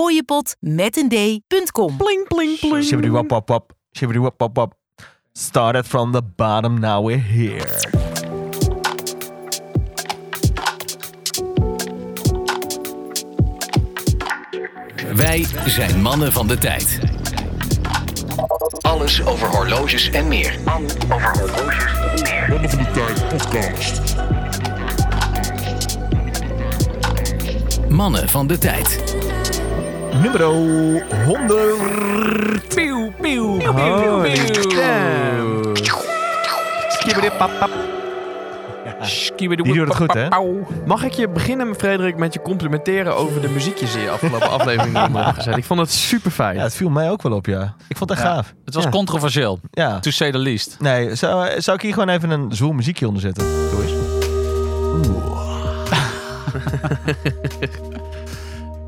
fooiepot met een d.com. Pling, pling, pling. Shibbity wap wap wap. Shibbity wap wap wap. Started from the bottom, now we're here. Wij zijn mannen van de tijd. Alles over horloges en meer. Mannen van de tijd. Nummer 100. Pieuw, pieuw. Holy damn. Skibbidi-pap-pap. Die doet het goed, hè? Mag ik je beginnen, Frederik, met je complimenteren over de muziekjes die je afgelopen aflevering hebt gezet? Ik vond het super fijn. Ja, het viel mij ook wel op, ja. Ik vond het echt Ja. gaaf. Het was Ja. controversieel, Ja. to say the least. Nee, zou, zou ik hier gewoon even een zoel muziekje onder zetten? Doe eens.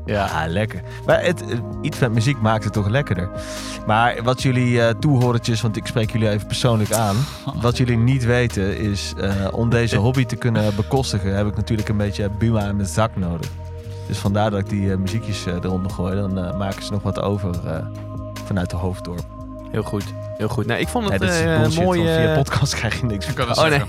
Ja, Ah, lekker. Maar het, eh, iets met muziek maakt het toch lekkerder. Maar wat jullie eh toehoordertjes, want ik spreek jullie even persoonlijk aan. Wat jullie niet weten is, eh, om deze hobby te kunnen bekostigen, heb ik natuurlijk een beetje Buma in mijn zak nodig. Dus vandaar dat ik die eh, muziekjes eh, eronder gooi. Dan eh, maken ze nog wat over eh, vanuit de hoofddorp. Heel goed, heel goed. Nou, ik vond Nee, het dat is eh, bullshit, een mooie... want via podcast krijg je niks. kan Oh nee.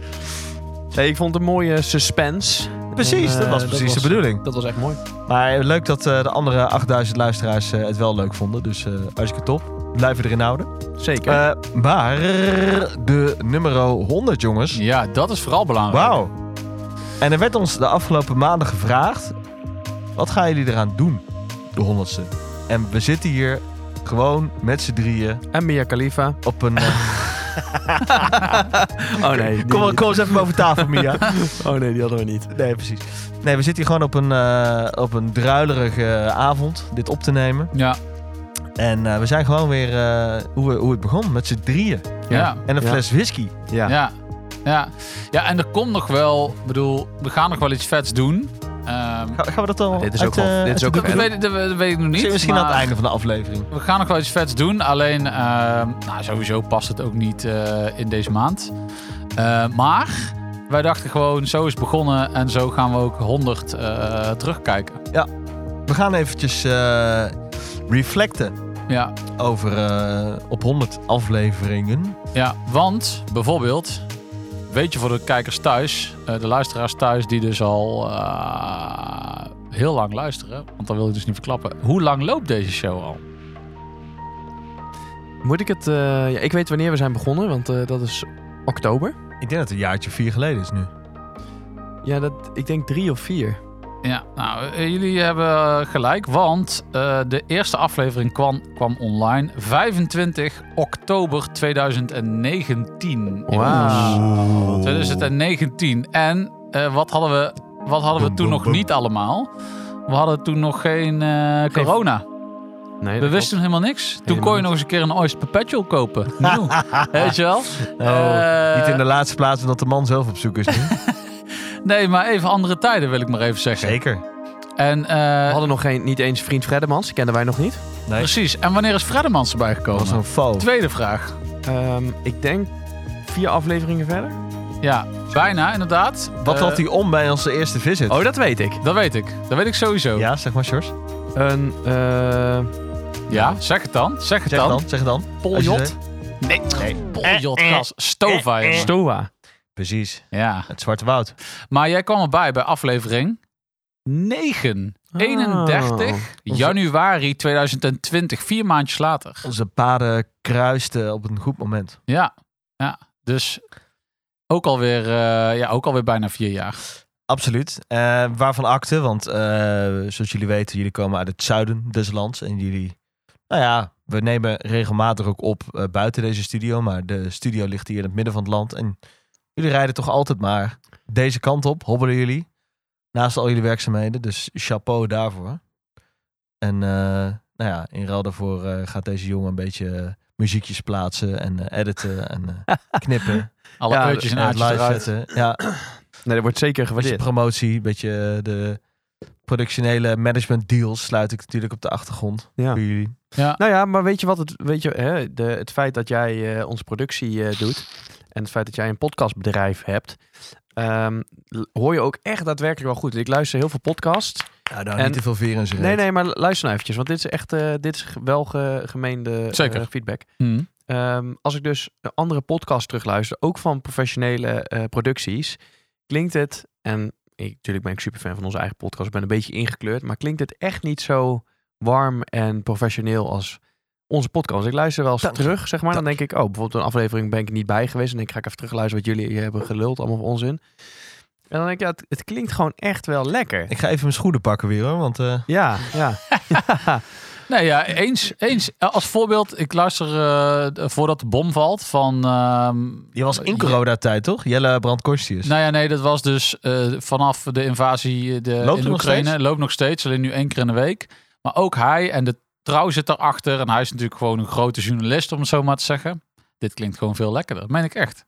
nee, ik vond het een mooie suspense. Precies, En, dat eh, was precies de bedoeling. Dat was echt mooi. Maar leuk dat eh, de andere 8000 luisteraars eh, het wel leuk vonden. Dus als hartstikke top. Blijven erin houden. Zeker. Eh, maar de nummer 100, jongens. Ja, dat is vooral belangrijk. Wauw. En er werd ons de afgelopen maanden gevraagd... wat gaan jullie eraan doen, de 100ste? En we zitten hier gewoon met z'n drieën en Mia Khalifa. op een... eh, Oh nee, die, kom, kom eens even over tafel, Mia. oh nee, die hadden we niet. Nee, precies. Nee, we zitten hier gewoon op een, eh, op een druilerige avond dit op te nemen. Ja, En eh, we zijn gewoon weer eh, hoe, we, hoe het begon, met z'n drieën. ja, En een Ja. fles whisky. Ja. ja. Ja. ja, en er komt nog wel, ik bedoel, we gaan nog wel iets vets doen. Ga- Ehm, gaan we dat dan? Dit is uit, ook wel- eh, dit is uit- ook dat, verder. weet, dat, dat weet ik nog niet. Misschien aan maar- het einde van de aflevering. We gaan nog wel iets vets doen. Alleen, ehm, nou, sowieso past het ook niet eh, in deze maand. Eh, maar wij dachten gewoon, zo is het begonnen en zo gaan we ook 100 eh, terugkijken. We gaan eventjes eh, reflecten Ja. over eh, op 100 afleveringen. ja, want bijvoorbeeld, weet je voor de kijkers thuis, eh, de luisteraars thuis die dus al eh, heel lang luisteren, want dan wil je dus niet verklappen. Hoe lang loopt deze show al? Moet ik het... eh, ja, ik weet wanneer we zijn begonnen, want eh, dat is oktober. Ik denk dat het een jaartje of vier geleden is nu. Eh, Ja, dat, ik denk drie of vier. Ja, nou, eh, jullie hebben eh, gelijk, want eh, de eerste aflevering kwam, kwam online 25 oktober 2019. Inmiddels. 2019. En eh, wat hadden we, wat hadden we Boom, toen boom, nog boom. niet allemaal? We hadden toen nog geen eh, corona. Nee, We dat wisten helemaal niks. Toen kon je nog eens een keer een Oyster Perpetual kopen. Nieuw. Weet je wel? Oh, Eh, niet in de laatste plaats omdat de man zelf op zoek is nu. Nee, maar even andere tijden wil ik maar even zeggen. Zeker. En, eh, We hadden nog geen, niet eens vriend Freddemans, die kenden wij nog niet. Nee. Precies. En wanneer is Freddemans erbij Dat gekomen? was een fout. Tweede vraag. Ehm, ik denk vier afleveringen verder. Ja, bijna inderdaad. Wat Eh, had hij om bij onze eerste visit? Oh, dat weet ik. Dat weet ik. Dat weet ik sowieso. Ja, ja, zeg maar, Sjors. Een, eh, zeg het dan. Zeg het Zeg het dan. dan, zeg het dan. Als je Poljot? zei- Nee. nee. Poljot, gas. Stova, joh. Stoa. Precies. Ja. Het Zwarte Woud. Maar jij kwam erbij bij aflevering 9. Ah. 31 januari 2020. Vier maandjes later. Onze paden kruisten op een goed moment. Ja. Ja. Dus ook alweer, eh, ja, ook alweer bijna vier jaar. Absoluut. Eh, waarvan acte? Want eh, zoals jullie weten, jullie komen uit het zuiden des lands. En jullie, nou ja, we nemen regelmatig ook op eh, buiten deze studio. Maar de studio ligt hier in het midden van het land. En jullie rijden toch altijd maar deze kant op, hobbelen jullie. Naast al jullie werkzaamheden. Dus chapeau daarvoor. En eh, nou ja, in ruil daarvoor eh, gaat deze jongen een beetje eh, muziekjes plaatsen en eh, editen en eh, knippen. Alle Ja, uurtjes en en het aardjes live eruit. zetten. Ja, Nee, dat wordt zeker een beetje gewaardeerd. promotie, een beetje eh, de productionele management deals sluit ik natuurlijk op de achtergrond Ja. voor jullie. Nou ja, maar weet je wat? Het, weet je, hè, de, het feit dat jij eh, onze productie eh, doet en het feit dat jij een podcastbedrijf hebt, ehm, l- hoor je ook echt daadwerkelijk wel goed. Ik luister heel veel podcasts. Ja, nou, En- niet te veel veren in zijn Nee, reet. nee, maar luister nou eventjes. Want dit is echt eh, dit is wel ge- gemeende eh, Zeker. feedback. Hm. Ehm, als ik dus een andere podcast terugluister, ook van professionele eh, producties, klinkt het, en ik, natuurlijk ben ik super fan van onze eigen podcast, ik ben een beetje ingekleurd, maar klinkt het echt niet zo warm en professioneel als onze podcast. Ik luister wel eens Dank je. terug, zeg maar. Dan denk ik, oh, bijvoorbeeld een aflevering ben ik niet bij geweest en denk ik ga ik even terugluisteren wat jullie hebben geluld, allemaal voor onzin. En dan denk ik, ja, het, het klinkt gewoon echt wel lekker. Ik ga even mijn schoenen pakken weer hoor, want eh, Ja, ja. Nee, ja, eens, eens. Eh, Als voorbeeld, ik luister eh, de- voordat de bom valt van... ehm, je was in coronatijd toch? Jelle Brandkorstius. nou ja, nee, dat was dus eh, vanaf de invasie eh, de, Loopt het in nog Oekraïne. steeds? loopt nog steeds, alleen nu één keer in de week. Maar ook hij en de trouw zit daarachter. En hij is natuurlijk gewoon een grote journalist, om het zo maar te zeggen. Dit klinkt gewoon veel lekkerder, meen ik echt.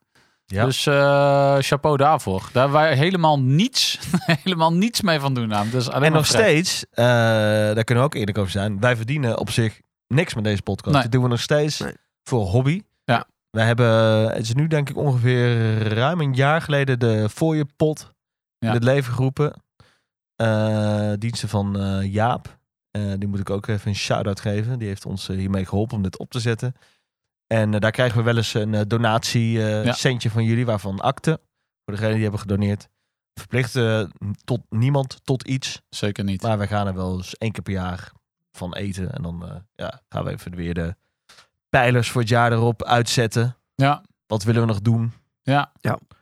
Ja. Dus eh, chapeau daarvoor. Daar hebben wij helemaal niets, helemaal niets mee van doen. Namelijk. Dus alleen en maar nog pret. steeds, eh, daar kunnen we ook eerlijk over zijn, wij verdienen op zich niks met deze podcast. Nee. Dat doen we nog steeds Nee. voor hobby. Ja. We hebben, het is nu denk ik ongeveer ruim een jaar geleden de voor je pot Ja. in het leven geroepen. Eh, diensten van eh, Jaap. Eh, die moet ik ook even een shout-out geven. Die heeft ons eh, hiermee geholpen om dit op te zetten. En eh, daar krijgen we wel eens een eh, donatie eh, Ja. centje van jullie, waarvan akte. Voor degenen die hebben gedoneerd. Verplicht eh, tot niemand, tot iets. Zeker niet. Maar we gaan er wel eens één keer per jaar van eten. En dan eh, ja, gaan we even weer de pijlers voor het jaar erop uitzetten. Ja. Wat willen we nog doen? Ja,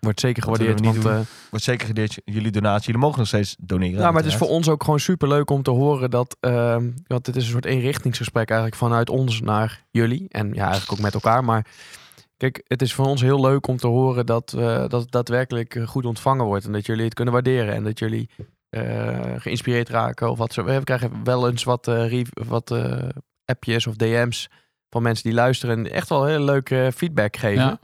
Wordt zeker Dat willen gewaardeerd. we Want, niet eh, Wordt zeker gedeerd. Jullie donatie. Jullie mogen nog steeds doneren. Nou, maar het is voor uiteraard. ons ook gewoon super leuk om te horen dat. ehm, want dit is een soort eenrichtingsgesprek eigenlijk vanuit ons naar jullie. En ja, eigenlijk ook met elkaar. Maar kijk, het is voor ons heel leuk om te horen dat, eh, dat het daadwerkelijk eh, goed ontvangen wordt. En dat jullie het kunnen waarderen. En dat jullie eh, geïnspireerd raken of wat zo. We krijgen wel eens wat, eh, rev- wat eh, appjes of DM's van mensen die luisteren. En echt wel heel leuk eh, feedback geven. Ja.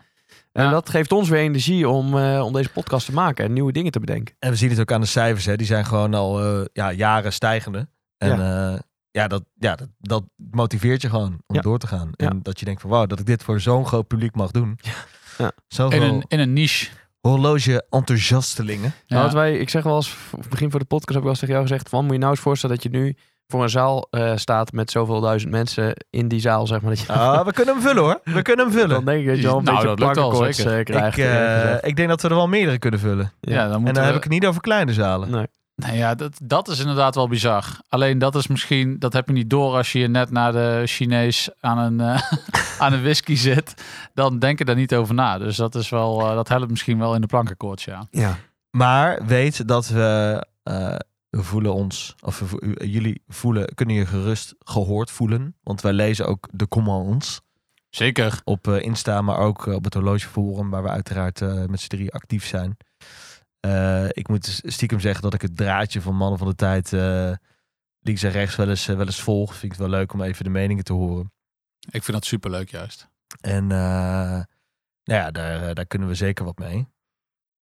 En Ja. dat geeft ons weer energie om, eh, om deze podcast te maken en nieuwe dingen te bedenken. En we zien het ook aan de cijfers. Hè. Die zijn gewoon al eh, ja, jaren stijgende. En ja, ja, dat, ja dat, dat motiveert je gewoon om Ja. door te gaan. Ja. En dat je denkt van wauw, dat ik dit voor zo'n groot publiek mag doen. Ja. in Zoveel een, in een niche. horloge enthousiastelingen. Ja. Nou, wat wij, ik zeg wel eens, v- begin voor de podcast heb ik wel eens tegen jou gezegd, van moet je nou eens voorstellen dat je nu voor een zaal eh, staat met zoveel duizend mensen in die zaal, zeg maar. Dat je, Ah, we kunnen hem vullen hoor. We kunnen hem vullen. dan denk ik dat je al een Nou, beetje dat lukt wel, plakkenkoorts zeker. eh, Ik, krijgt. eerlijk eh, gezegd. ik denk dat we er wel meerdere kunnen vullen. ja, En dan moeten dan we- heb ik het niet over kleine zalen. nee. Nou ja, dat, dat is inderdaad wel bizar. Alleen dat is misschien, dat heb je niet door als je hier net naar de Chinees aan een, eh, aan een whisky zit. Dan denk je daar niet over na. Dus dat is wel, eh, dat helpt misschien wel in de plankenkoorts, ja. Ja. Maar weet dat we, eh, we voelen ons, of we vo- u- jullie voelen, kunnen je gerust gehoord voelen. Want wij lezen ook de comments Zeker. op eh, Insta, maar ook eh, op het horlogeforum, waar we uiteraard eh, met z'n drie actief zijn. Eh, ik moet s- stiekem zeggen dat ik het draadje van Mannen van de Tijd eh, links en rechts wel eens, eh, wel eens volg. Vind ik het wel leuk om even de meningen te horen. Ik vind dat superleuk juist. En eh, nou ja, daar, eh, daar kunnen we zeker wat mee.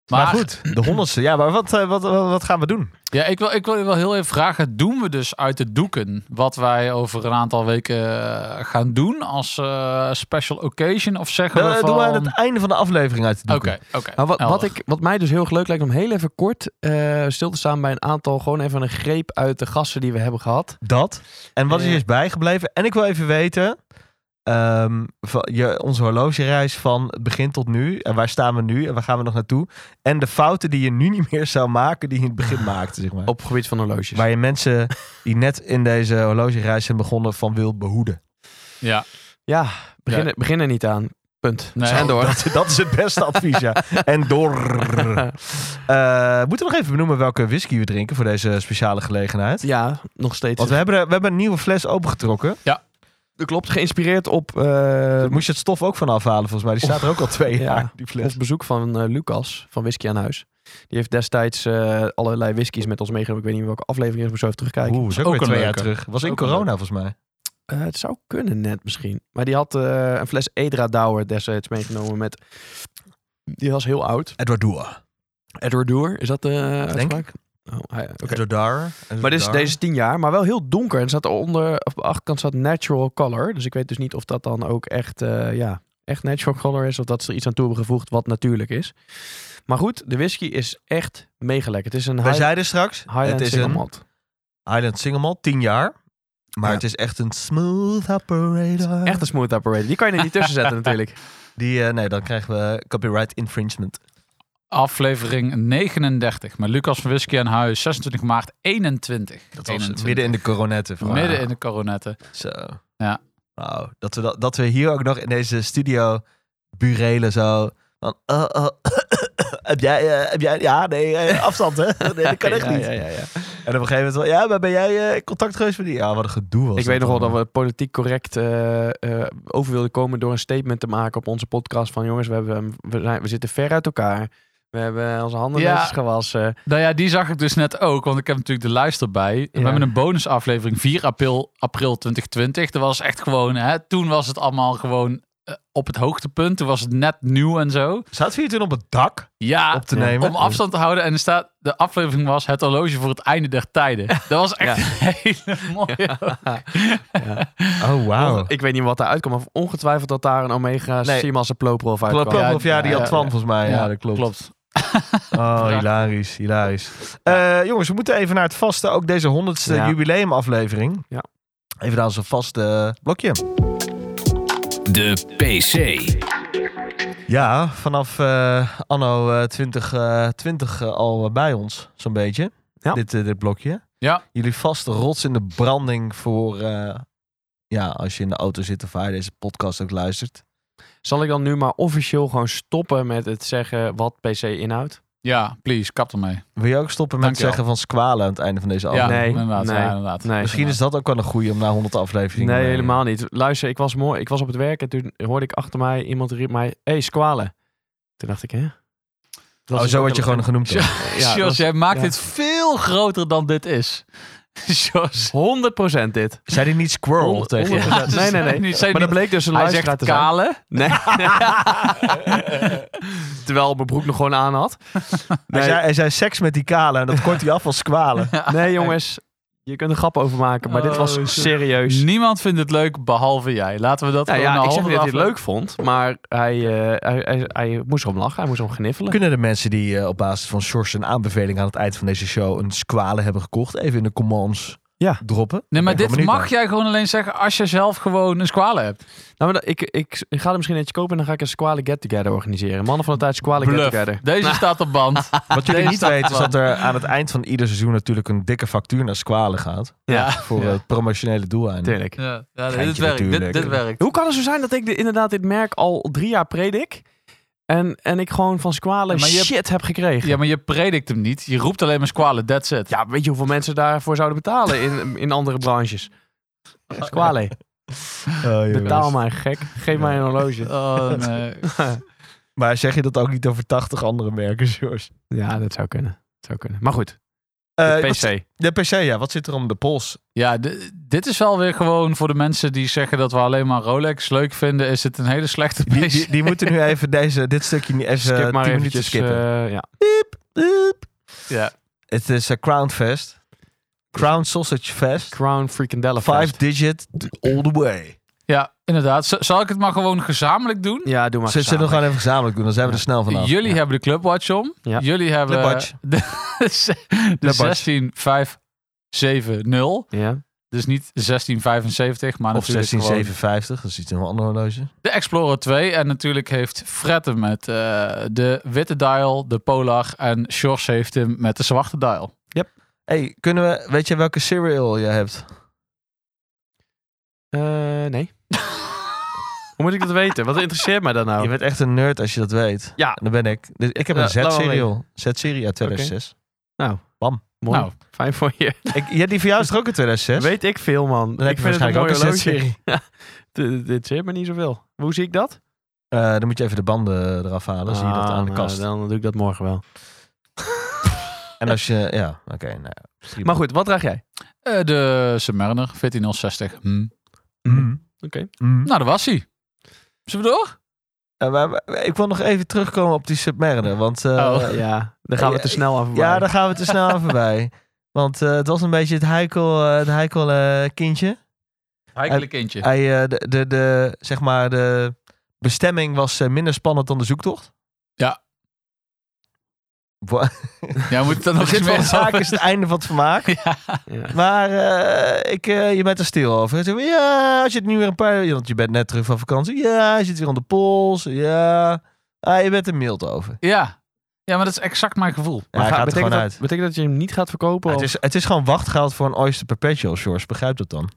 Maar, Maar, goed, de honderdste. Ja, maar wat, eh, wat, wat, wat gaan we doen? Ja, ik wil, ik wil je wel heel even vragen. Doen we dus uit de doeken wat wij over een aantal weken eh, gaan doen als eh, special occasion? Of zeggen we Eh, van... doen we aan het einde van de aflevering uit de doeken. Oké, oké. Nou, wat, wat, helder. ik, wat mij dus heel erg leuk lijkt om heel even kort eh, stil te staan bij een aantal, gewoon even een greep uit de gasten die we hebben gehad. Dat. En wat is Ja. is bijgebleven? En ik wil even weten, ehm, van je, onze horlogereis van het begin tot nu. En waar staan we nu? En waar gaan we nog naartoe? En de fouten die je nu niet meer zou maken, die je in het begin maakte, zeg maar. Op het gebied van horloges. Waar je mensen die net in deze horlogereis zijn begonnen van wil behoeden. Ja, Ja, begin, Ja. er- begin er niet aan. Punt. Nee. en door. Dat, dat is het beste advies, ja. En door. Eh, moeten we nog even benoemen welke whisky we drinken voor deze speciale gelegenheid? Ja, nog steeds. Want we hebben, er- we hebben een nieuwe fles opengetrokken. Dat klopt, geïnspireerd op... eh, Daar moest je het stof ook van afhalen, volgens mij. Die staat er ook al twee Ja. jaar, die fles. Op bezoek van eh, Lucas van Whisky aan Huis. Die heeft destijds eh, allerlei whiskies met ons meegenomen. Ik weet niet welke aflevering is, maar zo even terugkijken. Oeh, is ook, Ook weer een twee jaar leuke. terug. Was in Ook een corona, volgens mij. Eh, het zou kunnen net misschien. Maar die had eh, een fles Edra Douwer destijds meegenomen met... Die was heel oud. Edward Doer. Edward Doer, is dat de eh, Denk uitspraak? Oh, hij- oké. Edward Doer. Maar dit is, deze is tien jaar, maar wel heel donker. En er staat onder, op de achterkant staat natural color. Dus ik weet dus niet of dat dan ook echt, eh, ja... echt natural color is. Of dat ze er iets aan toe hebben gevoegd wat natuurlijk is. Maar goed, de whisky is echt mega lekker. Het is een Wij high, zeiden straks, Highland het is single een malt. Highland Single Malt, 10 jaar. Maar Ja. het is echt een smooth operator. Echt een smooth operator. Die kan je er niet tussen zetten natuurlijk. Die, eh, nee, dan krijgen we copyright infringement. Aflevering 39. Met Lucas van Whisky aan Huis. 26 maart 21. Dat was midden in de coronette. de, midden in de coronetten. Zo. Ja. Wauw. Dat we, dat, dat we hier ook nog in deze studio burelen zo. Van, oh, oh. heb, jij, eh, heb jij... Ja, nee, eh, afstand hè. Nee, dat kan echt Ja, niet. ja, ja, ja. En op een gegeven moment wel, ja, maar ben jij eh, in contact geweest met die? Ja, wat een gedoe was Ik weet nog wel dat allemaal. we politiek correct eh, eh, over wilden komen door een statement te maken op onze podcast van jongens, we, hebben, we, zijn, we zitten ver uit elkaar. We hebben onze handen Ja. netjes gewassen. Nou ja, die zag ik dus net ook, want ik heb natuurlijk de luister bij. We Ja. hebben een bonusaflevering 4 april, april 2020. Dat was echt gewoon, hè, toen was het allemaal gewoon eh, op het hoogtepunt. Toen was het net nieuw en zo. Zaten we hier toen op het dak Ja, op te ja. nemen? om afstand te houden. En er staat, de aflevering was het horloge voor het einde der tijden. Dat was echt een hele mooie. Oh, wauw. Ik weet niet wat daaruit komt, maar ongetwijfeld dat daar een Omega Nee. Seamassa Ploprof uit Klopt, kwam. klopt. Of ja, die Ja, had Twan ja. volgens mij. Ja, dat klopt. Oh, hilarisch, hilarisch. Eh, jongens, we moeten even naar het vaste, ook deze 100ste Ja. jubileumaflevering. Ja. Even naar onze vaste blokje. De PC. Ja, vanaf eh, anno eh, 2020 eh, al bij ons, zo'n beetje. Ja. Dit, eh, dit blokje. Ja. Jullie vaste rots in de branding voor, eh, ja, als je in de auto zit of waar je deze podcast ook luistert. Zal ik dan nu maar officieel gewoon stoppen met het zeggen wat PC inhoudt? Ja, please, kap ermee. Wil je ook stoppen met Dank je wel. zeggen van squalen aan het einde van deze ja, aflevering? nee, inderdaad, ja, nee, inderdaad. Nee. Misschien is dat ook wel een goede om na 100 afleveringen. Nee, eh, helemaal niet. Luister, ik was, mooi, ik was op het werk en toen hoorde ik achter mij iemand riep mij, hé, hey, squalen. Toen dacht ik, hè? Dat Oh, was zo ook word je een- gewoon genoemd. dan. Ja, Jos, dat is- jij maakt ja. dit veel groter dan dit is. Jos. 100% dit. Zei die niet squirrel Honderd- tegen je? honderd- Nee, nee, nee. Niet- zijn Maar dat niet- bleek dus een hij zegt luisteraar te zijn. kale. Nee. Terwijl mijn broek nog gewoon aan had. Hij, Nee, zei, hij zei seks met die kale en dat kort hij af als squalen. nee jongens, je kunt er grap over maken, maar dit Oh, was serieus. Niemand vindt het leuk behalve jij. Laten we dat Nou gewoon ja, na ik zeg niet dat hij het honderd leuk vond, maar hij, eh, hij, hij, hij moest erom lachen, hij moest erom gniffelen. Kunnen de mensen die eh, op basis van Sjors een aanbeveling aan het eind van deze show een squalen hebben gekocht, even in de commands Ja. droppen? Nee, maar Ik ben dit wel benieuwd mag jij gewoon alleen zeggen als je zelf gewoon een squale hebt. Nou, maar dat- ik, ik, ik ga er misschien eentje kopen en dan ga ik een Squale Get Together organiseren. Mannen van de tijd Squale Get Bluff. Together. Deze staat op band. naar. Wat jullie Deze niet staat weten is wel. dat er aan het eind van ieder seizoen natuurlijk een dikke factuur naar squalen gaat. Ja. Voor Ja. eh, promotionele doeleinden. Tuurlijk. Ja, ja, dit Geintje werkt. Dit, natuurlijk. dit werkt. Hoe kan het zo zijn dat ik de, inderdaad dit merk al drie jaar predik en, en ik gewoon van Squale Ja, maar je hebt- shit heb gekregen? Ja, maar je predikt hem niet. Je roept alleen maar squale. That's it. Ja, weet je hoeveel mensen daarvoor zouden betalen in, in andere branches? Squale, Oh, jongens. betaal mij gek. Geef mij een horloge. Oh, nee. Maar zeg je dat ook niet over 80 andere merken, Sjors? Ja, dat zou kunnen. Dat zou kunnen. Maar goed, Eh, de wat- PC. De PC, ja. Wat zit er om de pols? Ja, d- dit is wel weer gewoon voor de mensen die zeggen dat we alleen maar Rolex leuk vinden. Is dit een hele slechte PC? Die, die, die moeten nu even deze, dit stukje niet even Skip maar 10 minuten eventjes. skippen. eh, ja. Ja. Het is een Crown Fest. Crown Sausage Fest. Crown Freakendella Five Fest. digit all the way. ja, inderdaad. Z- zal ik het maar gewoon gezamenlijk doen? Ja, doe maar Zet ze nog gezamenlijk. gaan even gezamenlijk doen, dan zijn we er snel vanaf. Jullie hebben de Clubwatch om. Ja. Jullie hebben Clubwatch. de, de, Clubwatch. 16570. Ja. Dus niet 1675, maar Of natuurlijk gewoon 1657, dat is iets een ander horloge. de Explorer 2. En natuurlijk heeft Fred hem met eh, de witte dial, de Polar. En Shores heeft hem met de zwarte dial. hey, kunnen we, weet je welke cereal je hebt? Eh, nee. Hoe moet ik dat weten? Wat interesseert mij dat nou? Je bent echt een nerd als je dat weet. Ja. En dan ben ik. Dus ik heb Ja, een laat maar Z-cereal. Z-serie uit 2006. Mooi. Nou. Fijn voor je. Ik, ja, die voor jou is toch ook in 2006? Weet ik veel, man. dan heb ik je vind het een waarschijnlijk ook mooie een horloge. Z-serie. Dit- Dit zit me niet zoveel. Hoe zie ik dat? Eh, dan moet je even de banden eraf halen, zie je dat aan eh, de Ah, kast. nou, Dan doe ik dat morgen wel. En als je, ja, oké. nou ja. Maar goed, wat draag jij? Eh, de Submariner 14060. Hm. Oké. Mm. Nou, daar was hij. Zullen we door? Eh, maar, maar- maar ik wil nog even terugkomen op die Submariner. Want eh, Oh. Ja, dan gaan we Ja, te snel af. ja, daar gaan we te snel aan voorbij. Want eh, het was een beetje het heikel, eh, het heikel eh, kindje. Heikele kindje. Hij, eh, de, de, de, zeg maar, de Bestemming was eh, minder spannend dan de zoektocht. Ja. Wa- Ja, moet dan nog Dit iets van meer zaak is het einde van het vermaak. Ja. Maar eh, ik, eh, je bent er stil over. Ze zeggen, Ja, als je het nu weer een paar... Want je bent net terug van vakantie. Ja, je zit weer aan de pols. Ja, ah, je bent er mild over. Ja. ja, maar dat is exact mijn gevoel. Ja, hij ga- gaat er betekent, gewoon dat, uit. betekent dat je hem niet gaat verkopen? het, of- is, het is gewoon wachtgeld voor een Oyster Perpetual Shores. Begrijp dat dan.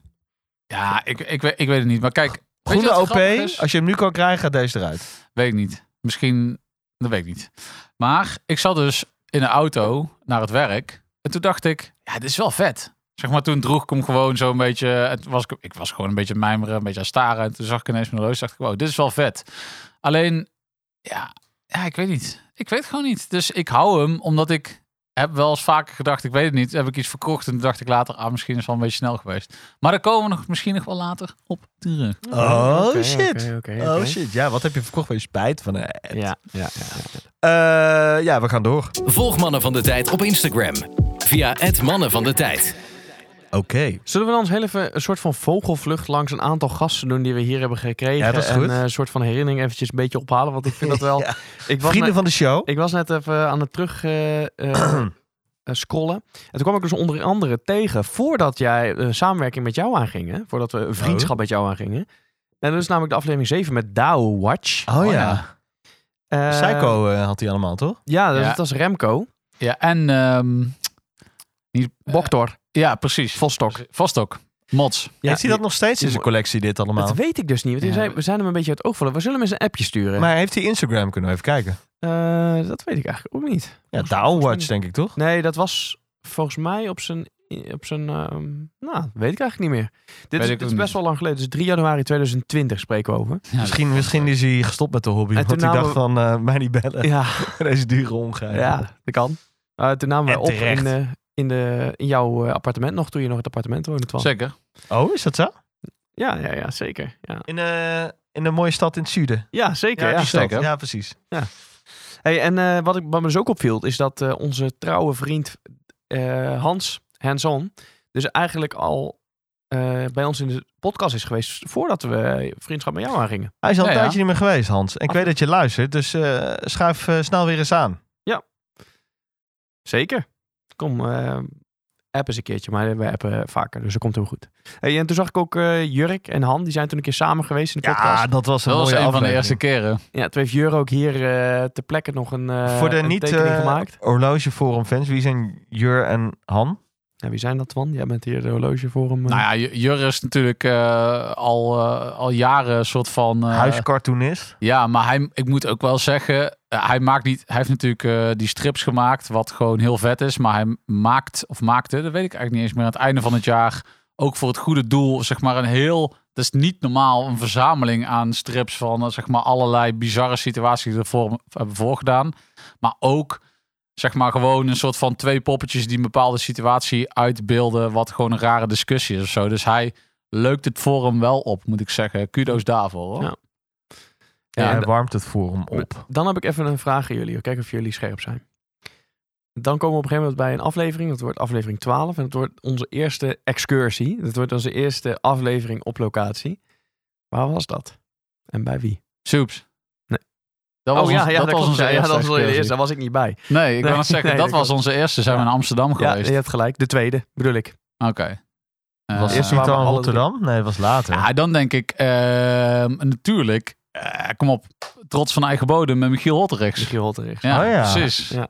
Ja, ik, ik, weet- ik weet het niet. Maar kijk, weet je Groene wat OP, grappig is? als je hem nu kan krijgen, gaat deze eruit. Weet ik niet. Misschien, dat weet ik niet. Maar ik zat dus in de auto naar het werk. En toen dacht ik, ja, dit is wel vet. Zeg maar, toen droeg ik hem gewoon zo'n beetje. Het was, ik- ik was gewoon een beetje aan het mijmeren, een beetje aan het staren. En toen zag ik ineens mijn horloge. dacht ik, wow, dit is wel vet. Alleen, ja, ja, ik weet niet. Ik weet gewoon niet. Dus ik hou hem, omdat ik heb wel eens vaker gedacht, ik weet het niet. Heb ik iets verkocht en toen dacht ik later, ah, misschien is het wel een beetje snel geweest. Maar daar komen we nog, misschien nog wel later op terug. Oh, Oké, shit. oké, oké, Oh oké. shit, ja, wat heb je verkocht? Ben je spijt van? eh, Ja, ja, ja. eh, ja, we gaan door. Volg Mannen van de Tijd op Instagram. Via het Mannen van de Tijd. Oké. Zullen we dan eens heel even een soort van vogelvlucht langs een aantal gasten doen die we hier hebben gekregen? Ja, dat is goed. En eh, een soort van herinnering eventjes een beetje ophalen, want ik vind dat wel... Ja. ik, was Vrienden net, van de show. ik was net even aan het terug eh, eh, eh, scrollen. En toen kwam ik dus onder andere tegen, voordat jij eh, samenwerking met jou aanging, hè? voordat we een vriendschap Oh. met jou aangingen. En dat is namelijk de aflevering 7 met Dao Watch. Oh, ja. Eh, Psycho eh, had hij allemaal, toch? Ja, dat, Ja. dat was Remco. Ja, en ehm, Eh, Boktor, ja, precies. Vostok. Vostok. Mods. Ja, heeft hij Eh, dat nog steeds in zijn collectie, dit allemaal? Dat weet ik dus niet. Want die Ja. zijn- we zijn hem een beetje uit het oog vallen. We zullen hem eens een appje sturen. Maar heeft hij Instagram kunnen we even kijken? Eh, dat weet ik eigenlijk ook niet. Ja, Volgens- volgens mij Downwatch niet. denk ik toch? Nee, dat was volgens mij op zijn... Op zijn ehm, nou, weet ik eigenlijk niet meer. ik Dit, is, ook dit is niet. best wel lang geleden. Dus 3 januari 2020 spreken we over. misschien, misschien is hij gestopt met de hobby. En want toen hij dacht namen van, eh, mij niet bellen. Ja, Deze dure omgaan. ja dat kan. Eh, toen namen we En op terecht. in, eh, in, de, in jouw eh, appartement nog, toen je nog in het appartement woonde. Twan. Zeker. Oh, is dat zo? Ja, ja, ja, zeker. Ja, In, eh, in een mooie stad in het zuiden. ja zeker. Ja, die stad. zeker. Ja, precies. Hey, en eh, wat, ik, wat me dus ook opviel, is dat eh, onze trouwe vriend eh, Hans, Hanson, dus eigenlijk al eh, bij ons in de podcast is geweest voordat we eh, vriendschap met jou aangingen. Hij is al een Ja, ja. tijdje niet meer geweest, Hans. En ik weet dat je luistert, dus eh, schuif eh, snel weer eens aan. Zeker. Kom, eh app eens een keertje, maar we appen vaker, dus dat komt heel goed. Hey, en toen zag ik ook eh, Jurk en Han, die zijn toen een keer samen geweest in de Ja, podcast. dat was een Dat was mooie een van de aflevering. eerste keren. Ja, toen heeft Jurk ook hier eh ter plekke nog een, eh Voor de een niet tekening eh, gemaakt. horlogeforum fans, wie zijn Jur en Han? Ja, wie zijn dat, Twan? Jij bent hier de horloge voor hem. eh. Nou ja, J- Jur is natuurlijk eh, al, eh, al jaren een soort van... eh, Huiscartoonist. Ja, maar hij, ik moet ook wel zeggen, eh, hij, maakt niet, hij heeft natuurlijk eh, die strips gemaakt, wat gewoon heel vet is. Maar hij maakt, of maakte, dat weet ik eigenlijk niet eens meer, aan het einde van het jaar, ook voor het goede doel, zeg maar een heel, dat is niet normaal, een verzameling aan strips van eh, zeg maar allerlei bizarre situaties die ervoor hebben voorgedaan. Maar ook, zeg maar gewoon een soort van twee poppetjes die een bepaalde situatie uitbeelden, wat gewoon een rare discussie is of zo. Dus hij leukt het forum wel op, moet ik zeggen. Kudos daarvoor hoor. Ja. Ja, Ja, en hij warmt het forum op. Dan heb ik even een vraag aan jullie. Kijken of jullie scherp zijn. Dan komen we op een gegeven moment bij een aflevering. Dat wordt aflevering 12. En dat wordt onze eerste excursie. Dat wordt onze eerste aflevering op locatie. Waar was dat? En bij wie? Soeps. Nee. Dat was, ons- dat was klopt, onze Oh ja. Ja, eerste. dat was onze excursie. eerste. Daar was ik niet bij. Nee, ik Nee, kan het zeggen, nee, dat dat was onze eerste. Zijn we Ja. in Amsterdam Ja, geweest? je hebt gelijk. De tweede, bedoel ik. Oké. Eh, Was het waar niet we al in alle Rotterdam? Nee, het was later. ja, dan denk ik, ehm, natuurlijk, eh, kom op, trots van eigen bodem met Michiel Hotterichs. Michiel Holterich. Ja, Oh ja. precies. Ja.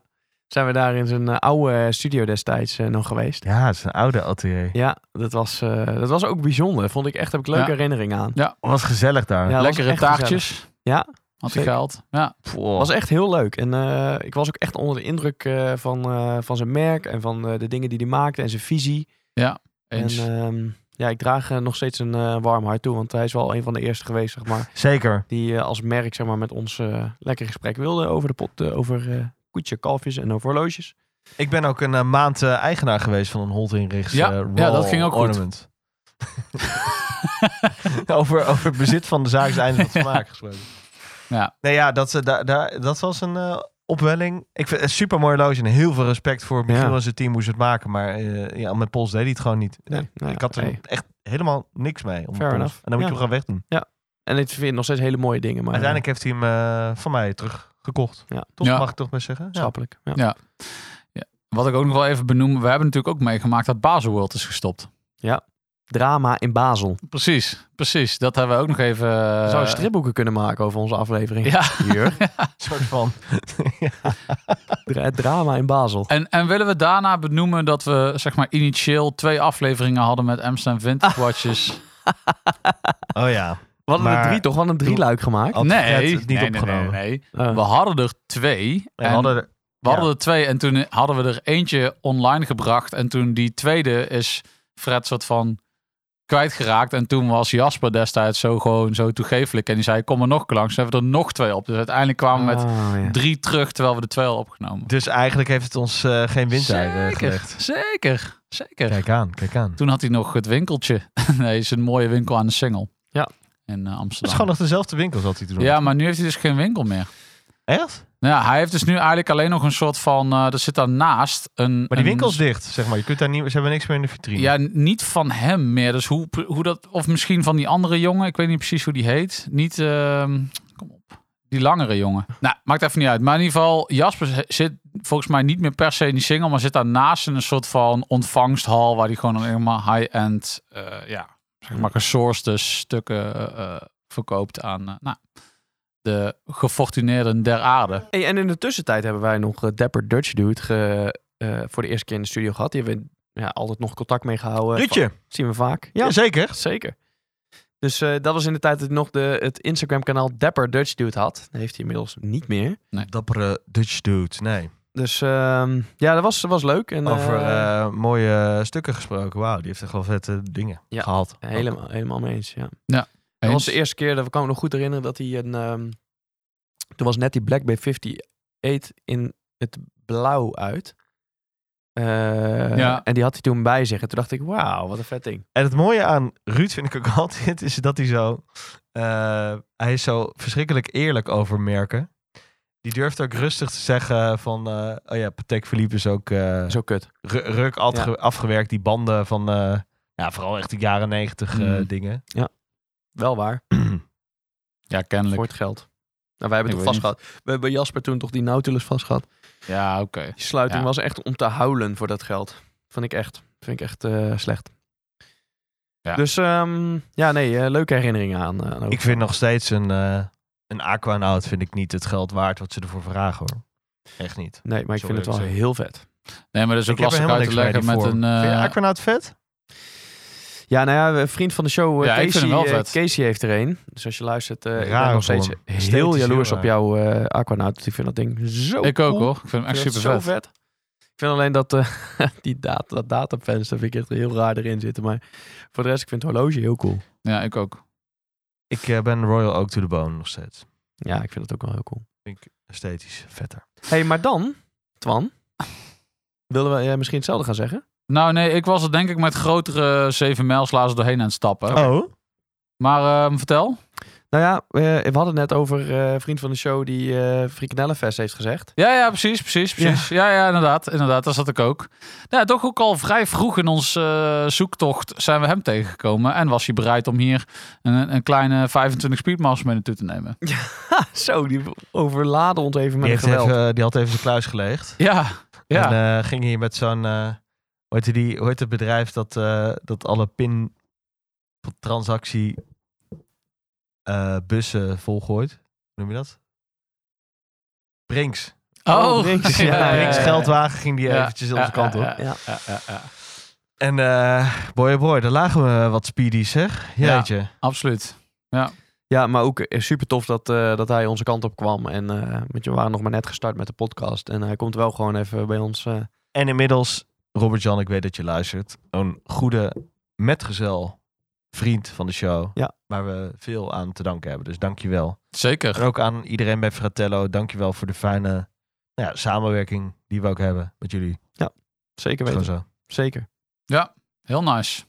Zijn we daar in zijn eh, oude studio destijds eh, nog geweest. Ja, het is een oude atelier. Ja, dat was, eh, dat was ook bijzonder. Vond ik echt, heb ik leuke Ja. herinneringen aan. Was gezellig daar. Ja, dat was Lekkere echt gezellig. taartjes. Ja, Had hij zeker. gehaald. Ja. was echt heel leuk. En eh, ik was ook echt onder de indruk eh, van, eh, van zijn merk en van eh, de dingen die hij maakte en zijn visie. Eens. En ehm, ja, ik draag eh, nog steeds een eh, warm hart toe, want hij is wel een van de eerste geweest, zeg maar, Zeker. die eh, als merk zeg maar, met ons eh, lekker gesprek wilde over de pot, eh, over eh, koetje, kalfjes en over horloges. Ik ben ook een eh, maand eh, eigenaar geweest van een Holtinrichs Ja, eh, ja, Royal dat ging ook goed. ornament. over, over het bezit van de zaak is einde van het vermaak gesproken. Ja. Nee, ja, dat, eh, daar daar- dat was een eh, opwelling. Ik vind het super mooi loge en heel veel respect voor Michiel Ja. en zijn team hoe ze het maken. Maar eh, ja, met Pols deed hij het gewoon niet. Nee, nou ja, ik had er hey, echt helemaal niks mee. Om Fair Pols. enough. En dan moet Ja. je hem gaan wegdoen. Ja. En ik vind nog steeds hele mooie dingen. Maar eh, Uiteindelijk heeft hij hem eh, van mij teruggekocht. Ja. Toch Ja. mag ik toch maar zeggen? eh, Schappelijk. Ja. Ja. Wat ik ook nog wel even benoem, we hebben natuurlijk ook meegemaakt dat Baselworld is gestopt. Drama in Basel. Precies, precies. Dat hebben we ook nog even... eh, Zou je stripboeken kunnen maken over onze aflevering? Ja. Jur. Een soort van. Dra- het drama in Basel. En, en willen we daarna benoemen dat we zeg maar initieel twee afleveringen hadden met Amsterdam Vintage Watches? Oh ja. We hadden Maar- er drie toch? We hadden een drieluik gemaakt. Had Fred nee, het niet nee, nee, opgenomen. nee, nee. Eh, We hadden er twee. We en hadden er- we hadden er twee en toen hadden we er eentje online gebracht. En toen die tweede is Fred soort van kwijtgeraakt. En toen was Jasper destijds zo gewoon zo toegeeflijk. En die zei, kom er nog langs. Toen hebben we er nog twee op. Dus uiteindelijk kwamen we met ah, ja. drie terug, terwijl we de twee al opgenomen. dus eigenlijk heeft het ons eh, geen windeieren Zeker, gelegd. zeker, zeker. Kijk aan, kijk aan. Toen had hij nog het winkeltje. nee, zijn mooie winkel aan de Singel. Ja. In eh, Het is Amsterdam. gewoon nog dezelfde winkel zat hij te doen. Ja, maar nu heeft hij dus geen winkel meer. Echt? Nou, ja, hij heeft dus nu eigenlijk alleen nog een soort van... eh, er zit daarnaast een... Maar die een- winkel is dicht, zeg maar. Je kunt daar niet, ze hebben niks meer in de vitrine. Ja, niet van hem meer. Dus hoe, hoe dat... Of misschien van die andere jongen. Ik weet niet precies hoe die heet. Niet... ehm, kom op. Die langere jongen. Nou, maakt even niet uit. Maar in ieder geval, Jasper z- zit volgens mij niet meer per se in die single, maar zit daarnaast in een soort van ontvangsthal waar hij gewoon alleen maar high-end, eh, ja, zeg maar gesourced stukken eh, eh, verkoopt aan eh, nou, de gefortuneerden der aarde. Hey, en in de tussentijd hebben wij nog eh, Dapper Dutch Dude ge- eh, voor de eerste keer in de studio gehad. Die hebben we ja, altijd nog contact mee gehouden. Rutje. Va- Zien we vaak. Ja, Ja, zeker. zeker. Dus eh, dat was in de tijd dat hij nog de, het Instagram kanaal Dapper Dutch Dude had. Dat heeft hij inmiddels niet meer. Dappere Dutch dude. Nee. Dus ehm, ja, dat was, was leuk. En, Over eh, eh, mooie stukken gesproken. Wauw, die heeft echt wel vette dingen Ja. gehad. helemaal, helemaal mee eens, ja. Dat was Eens? de eerste keer, dat kan ik me nog goed herinneren, dat hij een... ehm, toen was net die Black Bay 58 in het blauw uit. Eh, Ja. En die had hij toen bij zich. En toen dacht ik, wauw, wat een vet ding. En het mooie aan Ruud vind ik ook altijd, is dat hij zo... eh, hij is zo verschrikkelijk eerlijk over merken. Die durft ook rustig te zeggen van... eh, oh ja, Patek Philippe is ook... eh, Zo kut. ru- ruk Ja. afge- afgewerkt, die banden van... eh, ja, vooral echt de jaren negentig eh, Mm. dingen. Wel waar, Ja, kennelijk. voor het geld. Nou, wij hebben Ik het weet vast gehad. We hebben Jasper toen toch die Nautilus vast gehad. Ja, oké. Die sluiting Ja. was echt om te huilen voor dat geld. Vond ik echt. Vind ik echt eh, slecht. Ja. Dus ehm, ja, nee, eh, leuke herinneringen aan. eh, aan Ik vind nog steeds een, eh een Aquanaut vind ik niet het geld waard wat ze ervoor vragen hoor. Echt niet. Nee, maar ik Sorry, vind het wel ik zeg- heel vet. Nee, maar dat is ook ik heb er helemaal lastig uit niks te mee leggen met die een... vorm. Vind je eh, Aquanaut vet? Ja, nou ja, een vriend van de show, eh, Ja, ik vind Casey, hem wel eh, vet. Casey heeft er een. Dus als je luistert, eh ik ben Rare nog steeds vorm. heel Esthetisch jaloers heel op raar. jouw eh Aquanaut. Ik vind dat ding zo ik ook cool. hoor. Ik vind hem Ik echt Oh. vind super dat vet. zo vet. Ik vind alleen dat eh, die data, dat datafenster vind ik echt heel raar erin zitten. Maar voor de rest, ik vind het horloge heel cool. Ja, ik ook. Ik eh, ben Royal Oak to the Bone nog steeds. Ja, ik vind het ook wel heel cool. Vind ik esthetisch vetter. hey, maar dan, Twan, willen we eh, misschien hetzelfde gaan zeggen? Nou nee, ik was er denk ik met grotere 7 mijlslazen doorheen aan het stappen. Oh? Maar ehm, vertel. Nou ja, eh, we hadden het net over eh, een vriend van de show die eh Frikanellenfest heeft gezegd. Ja, ja, precies, precies, precies. Ja, ja, inderdaad, inderdaad, daar zat ik ook. Nou, toch ook al vrij vroeg in onze eh, zoektocht zijn we hem tegengekomen. En was hij bereid om hier een, een kleine 25 speedmasters mee naartoe te nemen. Ha, zo, die overladen ons even Die, met heeft geweld. eh, even, die had even zijn kluis geleegd. Ja, ja. En eh, ging hier met zo'n... eh, hoe, heette die, hoe heet het bedrijf dat, eh, dat alle pin transactie eh, bussen volgooit? Hoe noem je dat? Brinks. oh, Brinks, ja, Ja, Brinks ja, ja. Geldwagen ging die Ja, eventjes ja, onze kant op. ja, ja, ja, Ja. ja, ja. En eh boy, oh boy, daar lagen we wat speedies, zeg. Ja. Jeetje. Absoluut. Ja, maar ook eh, super tof dat, eh, dat hij onze kant op kwam. En eh, want je, we waren nog maar net gestart met de podcast. En hij komt wel gewoon even bij ons. eh, En inmiddels, Robert-Jan, ik weet dat je luistert. Een goede metgezel, vriend van de show. Ja. Waar we veel aan te danken hebben, dus dankjewel. Zeker. En ook aan iedereen bij Fratello, dankjewel voor de fijne nou ja, samenwerking die we ook hebben met jullie. zeker Gewoon weten. zo. Zeker. Heel nice.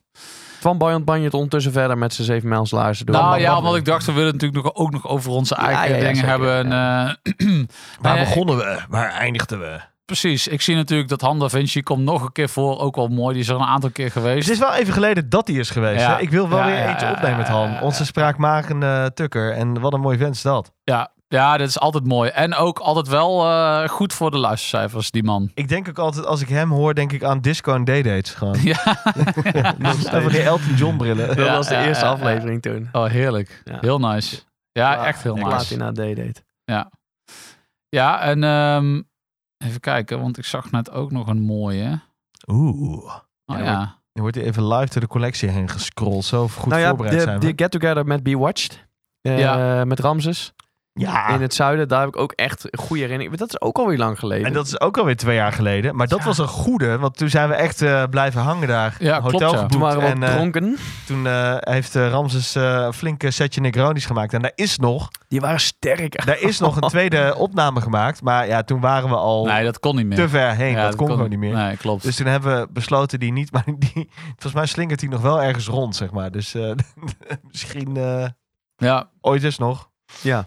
Van Bayant Banjert ondertussen verder met zijn 7 mijls laarzen door. nou Maar ja, wat- omdat ik dacht, we willen het natuurlijk nog, ook nog over onze eigen ja, ja, dingen zeker, hebben. En, eh, Waar Nee, begonnen we? Waar eindigden we? Precies. Ik zie natuurlijk dat Han da Vinci komt nog een keer voor. Ook wel mooi. Die is er een aantal keer Dus Het geweest. is wel even geleden dat hij is geweest. Ja. Hè? Ik wil wel Ja, weer ja, eentje ja, opnemen met Han. ja, ja. Onze spraakmakende tukker. En wat een mooi vent is dat. Ja, ja, dat is altijd mooi. En ook altijd wel eh, goed voor de luistercijfers, die man. Ik denk ook altijd, als ik hem hoor, denk ik aan Disco en Day-Dates. Gewoon. Ja. Dat is Van die Elton John brillen. Dat Ja, was de ja, eerste ja, ja. aflevering toen. Oh, heerlijk. Ja. Heel nice. Ja, Ah, echt heel ik nice. Platina D-date. Ja, en ehm, even kijken, want ik zag net ook nog een mooie. Oeh. Oh, Ja, ja, Je wordt hier even live door de collectie heen gescrolld. Zo goed nou ja, voorbereid de, zijn de we. get-together met Be Watched. eh, Ja. Met Ramses. Ja. In het zuiden. Daar heb ik ook echt een goede herinnering. Maar dat is ook alweer lang geleden. En dat is ook alweer twee jaar geleden. Maar dat was een goede, want toen zijn we echt eh, blijven hangen daar. Ja, Een hotel klopt, ja. geboekt. toen waren we en ook eh, dronken. toen eh, heeft eh, Ramses eh, een flinke setje Negronis gemaakt. En daar is nog, Die waren sterk. daar is nog een tweede opname gemaakt. Maar ja, toen waren we al Nee, dat kon niet meer. te ver heen. Ja, dat, kon gewoon niet meer. Nee, klopt. Dus toen hebben we besloten die niet. Maar die, volgens mij slingert die nog wel ergens rond, zeg maar. Dus eh, misschien eh, ja, ooit eens nog. Ja.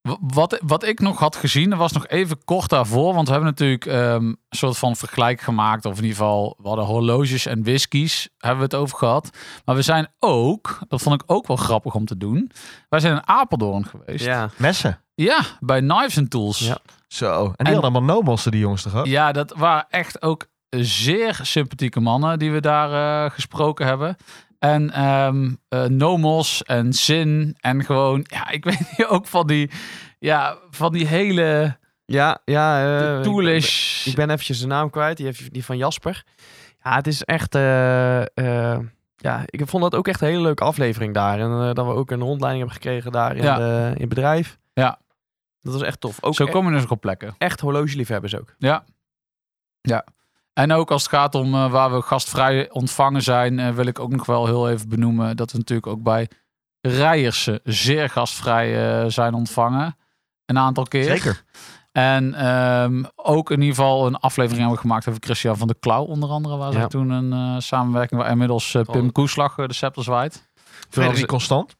W- Wat, wat ik nog had gezien, er was nog even kort daarvoor. Want we hebben natuurlijk ehm, een soort van vergelijk gemaakt. Of in ieder geval, we hadden horloges en whiskies. Hebben we het over gehad. Maar we zijn ook, dat vond ik ook wel grappig om te doen. Wij zijn in Apeldoorn geweest. Ja. Messen. Ja, bij Knives and Tools. Ja. Zo. En die En- hadden allemaal no-mossen, die jongens toch ook? Ja, dat waren echt ook zeer sympathieke mannen die we daar eh, gesproken hebben. En ehm, eh, Nomos en Sin en gewoon, ja, ik weet niet, ook van die, ja, van die hele Ja, ja. eh, ik- toelish. Ik ben eventjes de naam kwijt. Die, heeft, die van Jasper. Ja, het is echt... eh, eh, ja, ik vond dat ook echt een hele leuke aflevering daar. En eh, dat we ook een rondleiding hebben gekregen daar in, Ja. de- in het bedrijf. Ja. Dat was echt tof. Ook Zo e- komen we dus ook op plekken. echt horlogeliefhebbers ook. En ook als het gaat om eh, waar we gastvrij ontvangen zijn, eh, wil ik ook nog wel heel even benoemen dat we natuurlijk ook bij Rijersen zeer gastvrij eh, zijn ontvangen. Een aantal keer. Zeker. En ehm, ook in ieder geval een aflevering hebben we gemaakt over Christian van der Klauw onder andere. Waar ze Ja. toen een eh, samenwerking waar inmiddels eh, Pim Oh. Koeslag eh, de scepter zwaait. Frederik Constant.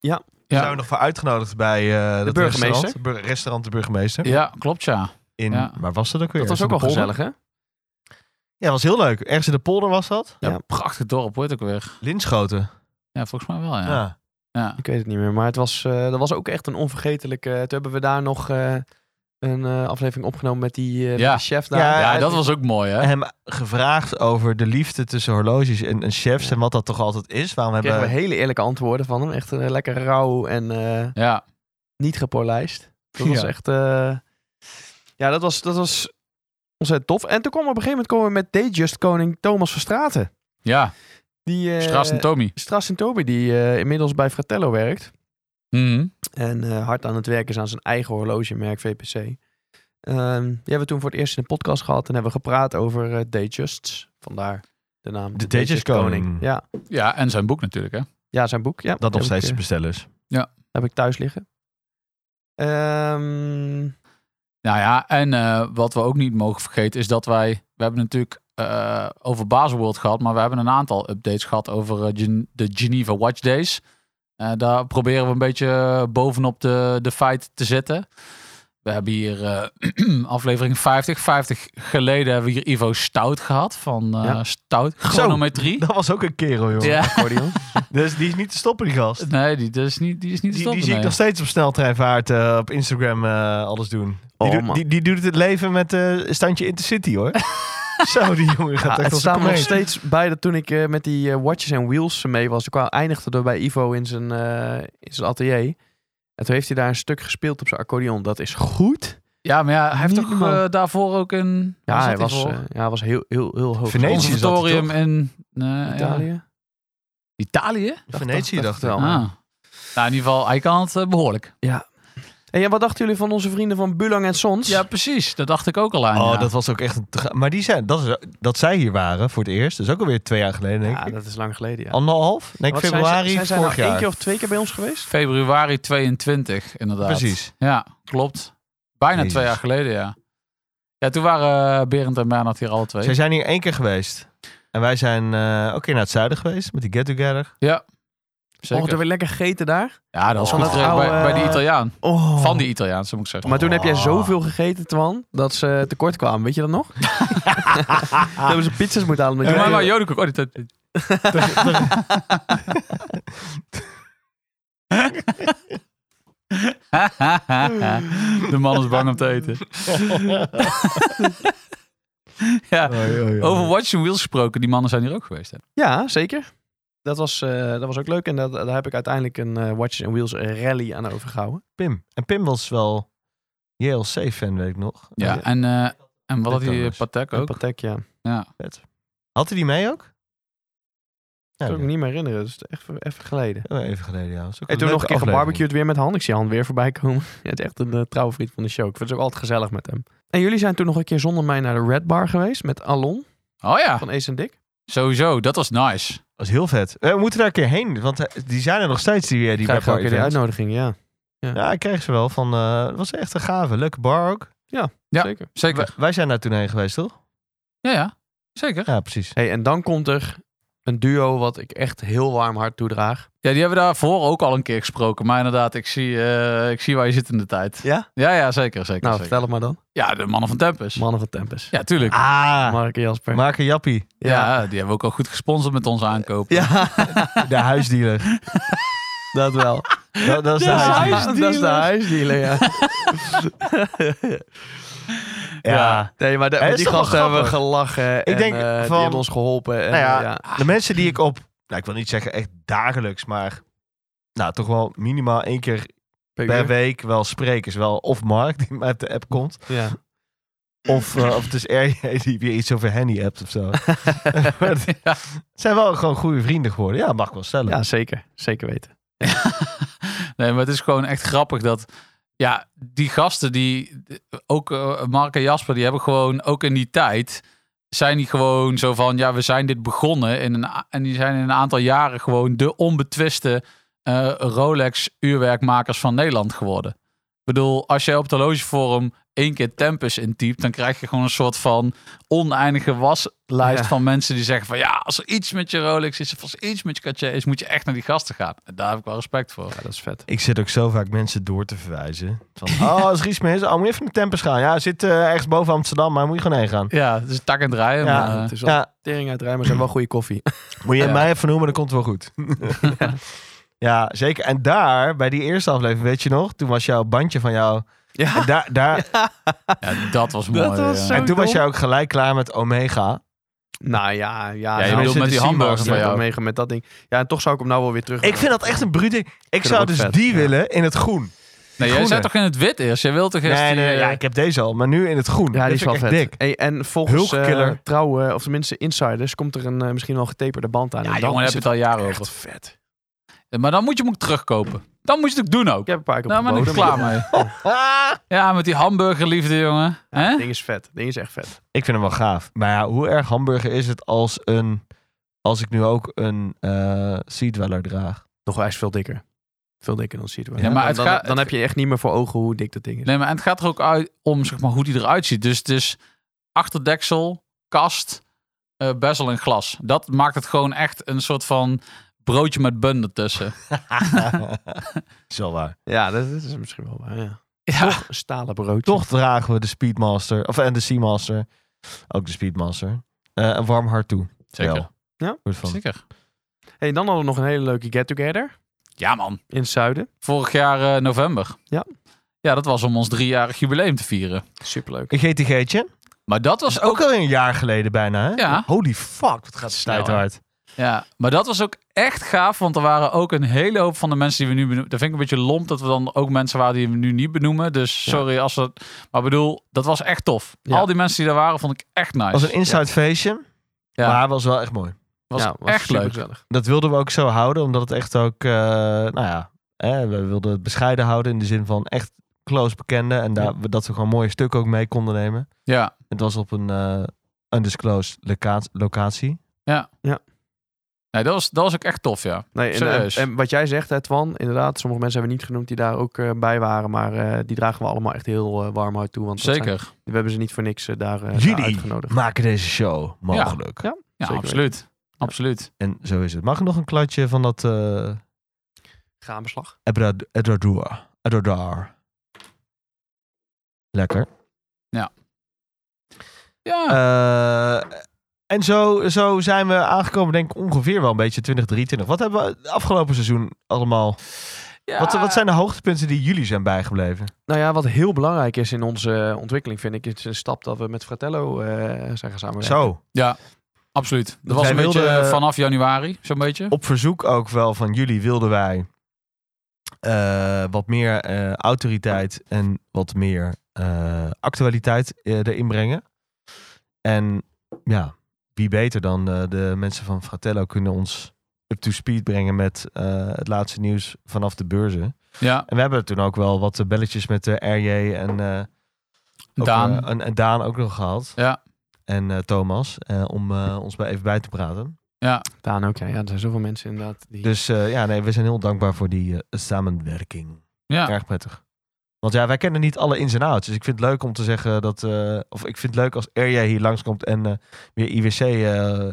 Ja. zijn we nog voor uitgenodigd bij eh, dat burgemeester. Restaurant, Bur- restaurant de burgemeester. Ja, klopt ja. In, Ja. Waar was dat ook weer? Dat was ook Ergens wel in de polder? gezellig, hè? Ja, was heel leuk. Ergens in de polder was dat. Ja. ja. Prachtig dorp wordt ook weer. Linschoten. Ja, volgens mij wel Ja. ja. Ja. Ik weet het niet meer, maar het was, eh, dat was ook echt een onvergetelijke. eh, Toen hebben we daar nog eh, een eh, aflevering opgenomen met die, eh, met Ja. die chef daar. Ja, Ja, het- dat was ook mooi hè. Hem gevraagd over de liefde tussen horloges en, en chefs en wat dat toch altijd is. Waarom Kregen hebben we eh, hele eerlijke antwoorden van hem. Echt eh, lekker rauw en eh, Ja. niet gepolijst. Dat was Ja. echt... eh, ja, dat was, dat was ontzettend tof. En toen kwam op een gegeven moment komen we met Dayjust koning Thomas van Straten. Ja, Die, eh, Straat en Tommy. Strassen Toby, die eh, inmiddels bij Fratello werkt. Mhm. En eh, hard aan het werk is aan zijn eigen horlogemerk VPC. Ehm, die hebben we toen voor het eerst in de podcast gehad. En hebben we gepraat over eh Dayjusts. Vandaar de naam. De Dayjust Koning. Ja. Ja, en zijn boek natuurlijk hè. ja, zijn boek. Ja, dat nog heb steeds Ik, te eh, bestellen is? heb ik thuis liggen. Ehm, Nou ja, en eh, wat we ook niet mogen vergeten is dat wij... We hebben natuurlijk eh, over Baselworld gehad, maar we hebben een aantal updates gehad over eh, Gen- de Geneva Watch Days. Eh, daar proberen we een beetje bovenop de, de feit te zetten. We hebben hier eh, aflevering 50. 50 geleden hebben we hier Ivo Stout gehad van eh, Ja. Stout Chronometrie. Dat was ook een kerel, joh. Ja. accordeon. Dus die is niet te stoppen, die gast. Nee, die, dat is niet, die is niet Die, te die stoppen, zie ik nee. nog steeds op sneltreinvaart eh, op Instagram eh, alles doen. Die, Oh, doet- man. die, die doet het leven met eh standje Intercity hoor. Zo, die jongen gaat echt Ja, het als een staat me nog komeet. steeds bij dat toen ik eh, met die eh, Watches and Wheels mee was. Ik kwam, eindigde er bij Ivo in zijn, eh, in zijn atelier. En toen heeft hij daar een stuk gespeeld op zijn accordeon. Dat is goed. Ja, maar ja, hij heeft Niet toch normaal. eh, daarvoor ook in... Ja, hij was, voor? eh, ja, hij was heel, heel, heel hoog. Venetië Ons- is dat, Conservatorium toch? in... nee, ja. Italië. Italië? Venetië dacht ik. wel. Ah. Nou, in ieder geval, hij kan het eh, behoorlijk. En ja, wat dachten jullie van onze vrienden van Bulang en Sons? Ja, precies. Dat dacht ik ook al aan. Ah, Oh, ja. dat was ook echt een... te- Maar die zijn, dat, is, dat zij hier waren voor het eerst. Dus ook alweer twee jaar geleden, denk Ja, ik. dat is lang geleden. Ja. Anderhalf? Nee, Wat zijn februari ze- zijn ze vorig nou jaar. één keer of twee keer bij ons geweest? Februari 22, inderdaad. Precies. Ja, klopt. Bijna Jezus. twee jaar geleden, ja. Ja, toen waren eh, Berend en Bernard hier alle twee. Zij zijn hier één keer geweest. En wij zijn eh ook een keer naar het zuiden geweest met die Get Together. Ja. Zeker. Oh, er weer lekker gegeten daar. ja, dat is van goed dat geregeld bij, oude- bij de Italiaan. Oh. Van die Italiaanse moet ik zeggen. Maar toen heb jij Oh. zoveel gegeten, Twan, dat ze tekort kwamen. Weet je dat nog? Toen hebben ze pizza's moeten halen. omdat Doe maar jij- maar Jodekoek. Oh, dit, dit- dit- de man is bang om te eten. ja, over Watch and Wheels gesproken. Die mannen zijn hier ook geweest. Hè? Ja, zeker. Dat was, eh, dat was ook leuk. En dat, daar heb ik uiteindelijk een eh, Watches and Wheels rally aan overgehouden. Pim. En Pim was wel JLC-fan, weet ik nog. Ja, en, eh, en wat had Patek die was. Patek Een ook? Patek, ja. Ja. Had hij die mee ook? Dat kan ik Ja, me niet meer herinneren. Dat is echt even geleden. even geleden, ja. Dat is ook leuke En toen nog een keer aflevering. gebarbecued weer met Han. Ik zie Han weer voorbij komen. Het is echt een eh, trouwe vriend van de show. Ik vind het ook altijd gezellig met hem. En jullie zijn toen nog een keer zonder mij naar de Red Bar geweest. Met Alon Oh ja, van Ace en Dick. sowieso. Dat was nice. Dat is heel vet. Eh, we moeten daar een keer heen, want eh, die zijn er nog steeds, die, eh, die Die krijg Red Bar gewoon een keer events. die uitnodiging, ja. Ja, ik kreeg ze wel van... eh, Het was echt een gave, leuke bar ook. Ja. Zeker. Zeker. Wij, wij zijn daar toen heen geweest, toch? Ja, ja. Zeker. Ja, precies. Hey, en dan komt er een duo wat ik echt heel warm hart toedraag. Ja, die hebben we daarvoor ook al een keer gesproken. Maar inderdaad, ik zie, eh, ik zie waar je zit in de tijd. Ja? Ja, ja, zeker, zeker. zeker. Nou, vertel het maar dan. Ja, de mannen van Tempus. Mannen van Tempest. Ja, tuurlijk. Ah, Mark en Jasper. Mark en Jappie, ja. die hebben we ook al goed gesponsord met onze aankoop. Ja, de huisdealer. dat wel. Dat, dat is de Dat is huisdealer. huisdealer. Dat is de huisdealer, ja. Ja. Nee, maar de- Hè, is die toch wel gasten hebben we grappig? gelachen. en, denk eh, van- Die hebben ons geholpen. En, Nou ja, eh, ja. De mensen die ik op... Nou, ik wil niet zeggen echt dagelijks, maar... Nou, toch wel minimaal één keer per week wel sprekers. Wel of Mark, die uit de app komt. Ja. Of, eh, of het is RJ die weer iets over Henny appt of zo. Maar het zijn wel gewoon goede vrienden geworden. Ja, mag ik wel stellen. ja, zeker. Zeker weten. Nee, maar het is gewoon echt grappig dat... Ja, die gasten die... Ook eh, Mark en Jasper, die hebben gewoon... Ook in die tijd zijn die gewoon zo van... Ja, we zijn dit begonnen. In een, a- en die zijn in een aantal jaren gewoon de onbetwiste eh, Rolex-uurwerkmakers van Nederland geworden. Ik bedoel, als jij op het horlogeforum één keer Tempus intypt... dan krijg je gewoon een soort van oneindige waslijst Ja. van mensen die zeggen van... Ja, als er iets met je Rolex is of als er iets met je Cartier is... moet je echt naar die gasten gaan. En daar heb ik wel respect voor. Ja, dat is vet. Ik zit ook zo vaak mensen door te verwijzen. Van, oh, als er iets mee is, oh, moet je even naar Tempus gaan. Ja, zit eh, ergens boven Amsterdam, maar moet je gewoon heen gaan. Ja, het is tak en draaien. Ja, maar, eh, het is wel Ja, tering uit maar ze hebben wel goede koffie. moet je Ja. mij even noemen, dan komt het wel goed. ja, zeker. En daar, bij die eerste aflevering, weet je nog? Toen was jouw bandje van jou... Ja. En, daar, daar, ja, dat was mooi. eh. Dat was ja. zo- en toen was dom. jij ook gelijk klaar met Omega. Nou ja, ja. Ja, je nou, bedoelt mensen met die de hamburger Seaburgers van ik heb jou. meegegaan met dat ding. Ja, en toch zou ik hem nou wel weer terug Ik vind dat echt een brute... Ik dat zou ook dus vet, die ja. willen in het groen. Nee, jij groene. zat toch in het wit eerst? Jij wilt toch eerst nee, die, nee, eh, ja, ik heb deze al, maar nu in het groen. Ja, die Dit is wel vind vet. ik echt dik. Hey, en volgens eh Hulkkiller. trouwe, of tenminste insiders, komt er een eh, misschien wel getaperde band aan. Ja, En dan jongen, daar is heb je het al jaren echt over. vet. Maar dan moet je hem ook terugkopen. Dan moet je het ook doen ook. Ik heb een paar keer Daar ben ik opgeboden, Nou, klaar maar- mee. Ah! Ja, met die hamburgerliefde, jongen. Hè? Ding is vet. Ding is echt vet. Ik vind hem wel gaaf. Maar ja, hoe erg hamburger is het als een... Als ik nu ook een eh Sea Dweller draag. Nog wel, hij is veel dikker. Veel dikker dan ziet. Ja, maar het dan, gaat- dan heb je echt niet meer voor ogen hoe dik dat ding is. Nee, maar en het gaat er ook uit om zeg maar, hoe die eruit ziet. Dus het is achterdeksel, kast, eh bezel en glas. Dat maakt het gewoon echt een soort van broodje met bun ertussen. is wel waar. Ja, dat is misschien wel waar. Ja. Ja, Een stalen broodje. Toch dragen we de Speedmaster. Of en de Seamaster. Ook de Speedmaster. eh, een warm hart toe. zeker. Wel. Ja? Goed van. Zeker. Hey, dan hadden we nog een hele leuke get-together Ja, man. in het zuiden. Vorig jaar eh, november. Ja. Ja, dat was om ons driejarig jubileum te vieren. Superleuk. Een GTG'tje. Maar dat was Dat is ook ook. alweer een jaar geleden bijna, hè? Ja. Holy fuck, wat gaat de Snel, tijd hè? hard. Ja, maar dat was ook echt gaaf. Want er waren ook een hele hoop van de mensen die we nu benoemen. Dat vind ik een beetje lomp dat we dan ook mensen waren die we nu niet benoemen. Dus sorry als dat. Maar bedoel, dat was echt tof. Ja. Al die mensen die daar waren, vond ik echt nice. was een inside feestje. Ja. Maar was wel echt mooi. was Ja, echt leuk. supergezellig. dat wilden we ook zo houden, omdat het echt ook, eh, nou ja, hè, we wilden het bescheiden houden in de zin van echt close bekenden en daar, dat we gewoon mooie stukken ook mee konden nemen. Ja. Het was op een eh, undisclosed loca- locatie. Nee, dat was, dat was ook echt tof, ja. Nee, en, eh, Serieus. en- en wat jij zegt, hè, Twan, inderdaad, sommige mensen hebben we niet genoemd die daar ook eh, bij waren, maar eh, die dragen we allemaal echt heel eh, warm uit toe. Want dat zijn- Zeker. we hebben ze niet voor niks eh, daar, eh, daar Jullie uitgenodigd. Maken deze show mogelijk. Ja. Ja, Zeker absoluut. Absoluut. En zo is het. Mag ik nog een kladje van dat eh, Gaanbeslag. Ebrad- Edradour. Edradour. Lekker. Ja, Eh, en zo, zo zijn we aangekomen, denk ik, ongeveer wel een beetje 2023. Wat hebben we het afgelopen seizoen allemaal... ja. Wat, wat zijn de hoogtepunten die jullie zijn bijgebleven? Nou ja, wat heel belangrijk is in onze eh, ontwikkeling, vind ik, is een stap dat we met Fratello eh, zijn gaan samenwerken. Zo, Absoluut. Dat Want was wij een beetje wilden- vanaf januari, zo'n beetje. op verzoek ook wel van jullie wilden wij eh, wat meer eh, autoriteit en wat meer eh, actualiteit eh, erin brengen. En ja, wie beter dan eh, de mensen van Fratello kunnen ons up to speed brengen met eh, het laatste nieuws vanaf de beurzen. Ja, En we hebben toen ook wel wat eh, belletjes met de RJ en, eh, ook, Daan. eh, en, en Daan ook nog gehad. Ja. En eh, Thomas, eh, om eh, ons bij even bij te praten. Daan ook, ja. ja. Er zijn zoveel mensen inderdaad die... Dus eh, ja, nee, we zijn heel dankbaar voor die eh, samenwerking. ja. Erg prettig. Want ja, wij kennen niet alle ins en outs. Dus ik vind het leuk om te zeggen dat... eh, of ik vind het leuk als RJ hier langskomt en eh, weer IWC eh,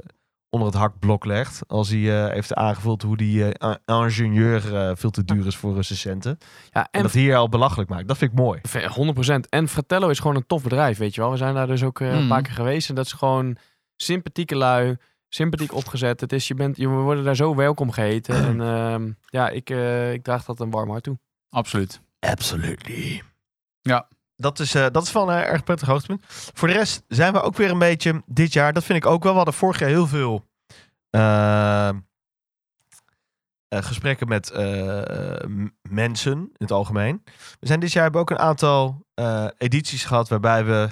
onder het hakblok legt. Als hij eh, heeft aangevuld hoe die eh, en- ingenieur eh, veel te duur is voor recensenten. ja, En en dat hier al belachelijk maakt. Dat vind ik mooi. Ver- 100%. En Fratello is gewoon een tof bedrijf, weet je wel. We zijn daar dus ook eh, Mm. een paar keer geweest. En dat is gewoon sympathieke lui, sympathiek opgezet. Het is, je bent, je, we worden daar zo welkom geheten. en ehm, ja, ik, eh, ik draag dat een warm hart toe. absoluut. Absolutely. Ja. Dat is, eh, dat is wel een erg prettig hoogtepunt. Voor de rest zijn we ook weer een beetje dit jaar. Dat vind ik ook wel. We hadden vorig jaar heel veel eh, eh, gesprekken met eh, m- mensen in het algemeen. We zijn dit jaar hebben we ook een aantal eh, edities gehad waarbij we